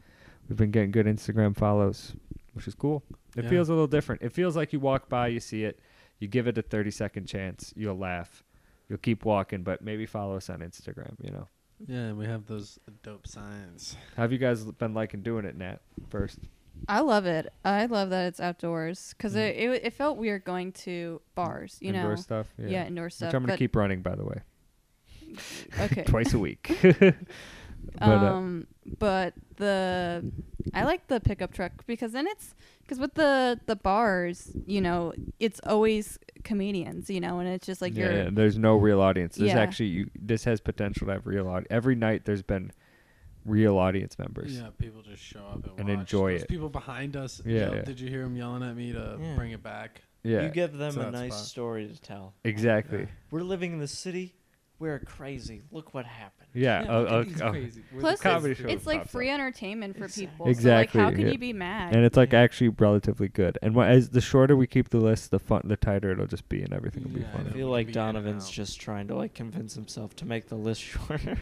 We've been getting good Instagram follows, which is cool. It Yeah. feels a little different. It feels like you walk by, you see it, you give it a 30 second chance, you'll laugh, you'll keep walking, but maybe follow us on Instagram. You know, Yeah, and we have those dope signs. how have you guys been liking doing it, Nat? First, I love it. I love that it's outdoors because it, Mm. it it felt weird going to bars, you indoor know. stuff. Yeah. indoor stuff. Which I'm gonna but- keep running, by the way. okay. twice a week. but, uh, um, but the I like the pickup truck because then it's because with the the bars, you know, it's always comedians, you know, and it's just like yeah, you're yeah, there's no real audience. There's Yeah. actually you, this has potential to have real audience. Every night there's been real audience members. Yeah, people just show up and, And watch. enjoy Those it. People behind us. Yeah, yelled- yeah. Did you hear them yelling at me to Yeah. bring it back? Yeah, You give them So a that's nice fun. story to tell. exactly. We're living in the city. We're crazy. Look what happened. Yeah, Yeah, uh, look uh, at these uh, crazy- we're the Plus, comedy craziest show it's, it's that like pops free up. entertainment for people. Exactly, So like, how could yeah. you be mad? and it's like Yeah. actually relatively good. And wha- as the shorter we keep the list, the fun, the tighter it'll just be, and everything will be Yeah, I fun. I know. feel we like could be in and Donovan's out. just trying to like convince himself to make the list shorter.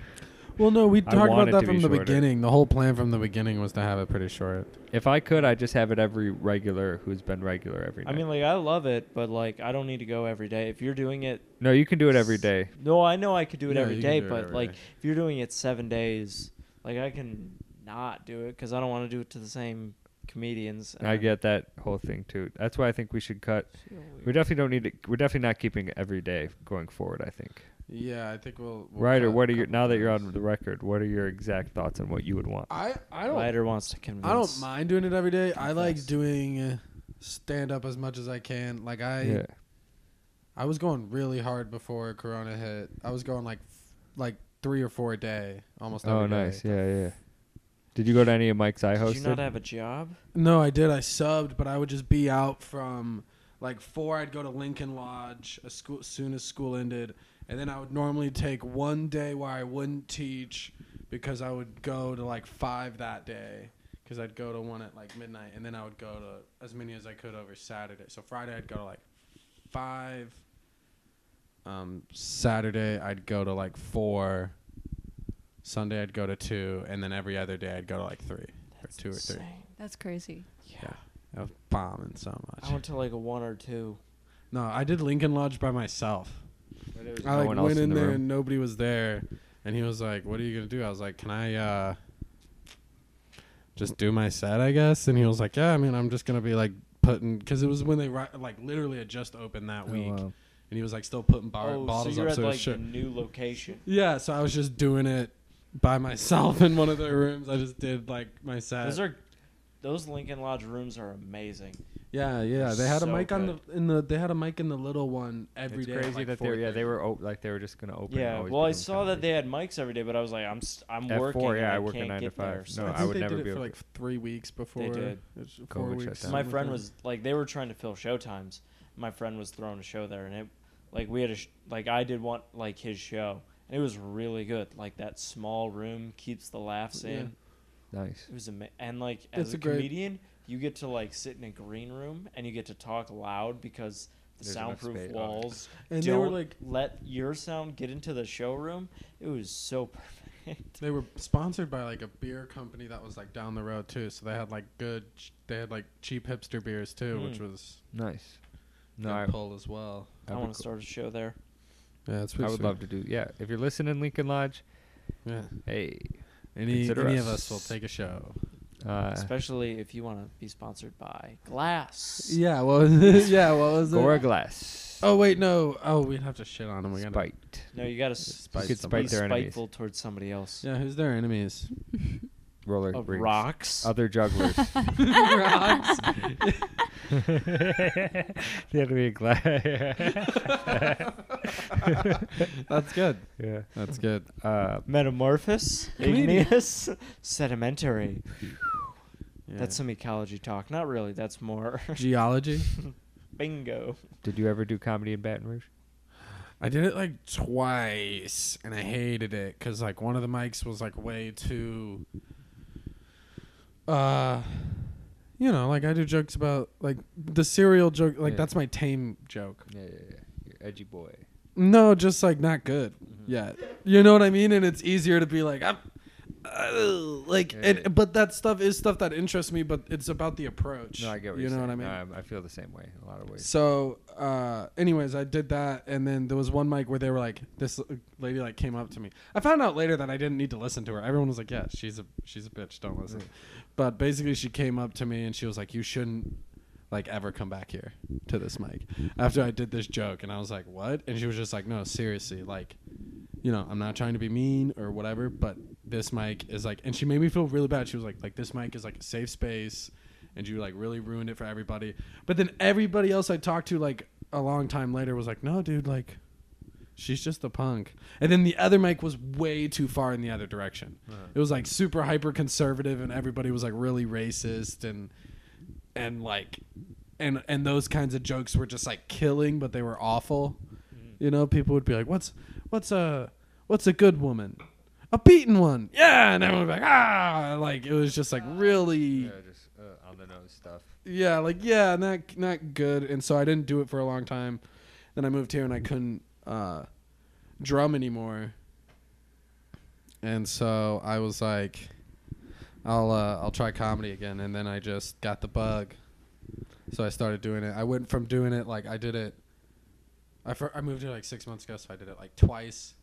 Well, no, we I talked want about it that to from be the shorter. beginning. The whole plan from the beginning was to have it pretty short. If I could, I just have it every regular who's been regular every I night. mean, like I love it, but like I don't need to go every day. If you're doing it, no, you can do it every day. no, I know I could do it Yeah, every you can day, do it but every like day. if you're doing it seven days, like I can not do it because I don't want to do it to the same comedians. and I then- get that whole thing too. That's why I think we should cut. Feel We weird. definitely don't need it. We're definitely not keeping it every day going forward. I think. Yeah, I think we'll. we'll Ryder, cut what are a your couple now that you're times. on the record? What are your exact thoughts on what you would want? I I don't Ryder wants to convince. I don't mind doing it every day. I like Confess. doing uh, stand up as much as I can. Like I yeah. I was going really hard before Corona hit. I was going like f- like three or four a day, almost. Oh, every day. nice. Yeah, yeah. Did you go to any of Mike's I Did you not hosted? have a job? No, I did. I subbed, but I would just be out from like four. I'd go to Lincoln Lodge as school, as soon as school ended, and then I would normally take one day where I wouldn't teach because I would go to like five that day because I'd go to one at like midnight, and then I would go to as many as I could over Saturday. So Friday I'd go to like five. Um, Saturday I'd go to like four. Sunday I'd go to two, and then every other day I'd go to like three or two or three. Insane. That's crazy. Yeah. I was bombing so much. I went to like a one or two. no, I did Lincoln Lodge by myself. There's I no like one else went in, the there room. and nobody was there, and he was like, "What are you gonna do?" I was like, "Can I uh, just do my set, I guess?" And he was like, "Yeah, I mean, I'm just gonna be like putting because it was when they ri- like literally had just opened that Oh, week, wow. and he was like still putting bar- oh, so bottles you're up, at so it was like sure. the new location. yeah, so I was just doing it by myself in one of their rooms. I just did like my set. Those are those Lincoln Lodge rooms are amazing. yeah, yeah. They had a so mic on good. the in the they had a mic in the little one every It's day. at, crazy like, that they were, yeah, 4:30. they were op- like they were just gonna open. and yeah. always Well, be I doing saw that comedy. they had mics every day, but I was like, I'm st- I'm At working. four, yeah, and I work at can't nine to get there, five. so No, I, I think would they never did be it for able like three weeks before. did. it was COVID Four weeks. shutdown. my something like friend that. was like they were trying to fill show times my friend was throwing a show there and it like we had a sh- like i did want like his show and it was really good like that small room keeps the laughs Yeah. in nice. it was ama- and like as It's a, a great- comedian you get to like sit in a green room and you get to talk loud because the There's enough soundproof space. Oh. walls And don't they were like, let your sound get into the showroom it was so perfect they were sponsored by like a beer company that was like down the road too. So they had like good, ch- they had like cheap hipster beers too, which Mm. was Nice. No, no I, pull as well. I i would want to go- start a show there Yeah, it's I would love to do. Yeah, if you're listening, Lincoln Lodge, Yeah, hey, any Consider any of us. us will take a show. uh, especially if you want to be sponsored by glass Yeah, well, yeah, what was Gora Glass. Oh wait, no. Oh, we'd have to shit on them. We gotta. Spite. No, you gotta s- Spite You could somebody. spite be their enemies. spiteful towards somebody else. Yeah, who's their enemies? Roller Of rings. rocks. Other jugglers. Rocks. they had to be glad. That's good. yeah. That's good. Uh, Metamorphous, Comedian. igneous, sedimentary. Yeah. That's some ecology talk. Not really. That's more geology. bingo. did you ever do comedy in Baton Rouge? I did it like twice, and I hated it because like one of the mics was like way too, uh, you know, like I do jokes about like the cereal joke, like Yeah. that's my tame joke. Yeah, yeah, yeah. You're edgy boy. No, just like not good yet. You know what I mean? And it's easier to be like I'm. Uh, like Yeah, yeah. it, but that stuff is stuff that interests me. But it's about the approach. No, I get what you you're know what I saying. mean. No, I'm- I feel the same way in a lot of ways. So, uh, anyways, I did that, and then there was one mic where they were like, this lady like came up to me. I found out later that I didn't need to listen to her. Everyone was like, yeah, she's a she's a bitch, don't listen. But basically, she came up to me and she was like, you shouldn't like ever come back here to this mic after I did this joke, and I was like, what? And she was just like, no, seriously, like. You know, I'm not trying to be mean or whatever, but this mic is like, and she made me feel really bad. She was like, like this mic is like a safe space and you like really ruined it for everybody. But then everybody else I talked to like a long time later was like, no, dude, like she's just a punk. And then the other mic was way too far in the other direction. It was like super hyper conservative, and everybody was like really racist and and like and and those kinds of jokes were just like killing, but they were awful. You know, people would be like, what's what's a what's a good woman? A beaten one, yeah, and everyone would be like, ah, like it was just like really, just uh, on the nose stuff. yeah, like yeah, not not good. And so I didn't do it for a long time. Then I moved here and I couldn't uh, drum anymore. And so I was like, I'll uh, I'll try comedy again. And then I just got the bug. So I started doing it. I went from doing it like I did it. I fir- I moved here like six months ago, so I did it like twice,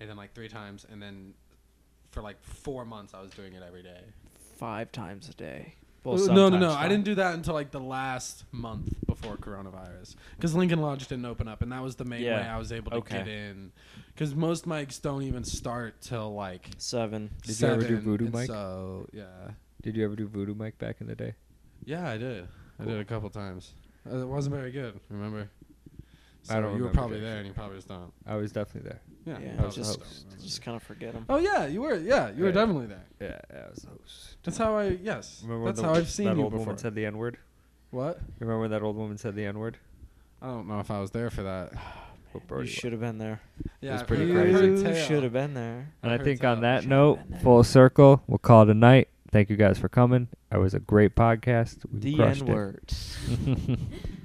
and then like three times, and then for like four months I was doing it every day. Five times a day. Uh, no, no, no. I didn't do that until like the last month before coronavirus because Lincoln Lodge didn't open up, and that was the main Yeah. way I was able to Okay. get in. Because most mics don't even start till like. Seven. Did you ever do seven, voodoo and mic? So yeah, Did you ever do voodoo mic back in the day? yeah, I did. I did a couple times. Uh, It wasn't very good. Remember? So I don't You were remember, probably Jason. there, and you probably was not. I was definitely there. Yeah. Yeah, you I probably was just host. just kind of forget him. Oh yeah, you were. Yeah, you were Yeah. definitely there. Yeah, I was the host. That's how I. Yes. Remember That's when how the, I've seen that you old before. woman said the N word? what? Remember when that old woman said the N word? Oh, I don't know if I was there for that. You should have been there. Yeah, was I've pretty heard- I've heard crazy. You tale. should have been there. And I Heard think so. on that Should've note, been there. full circle, we'll call it a night. Thank you guys for coming. It was a great podcast. We The crushed N it. word.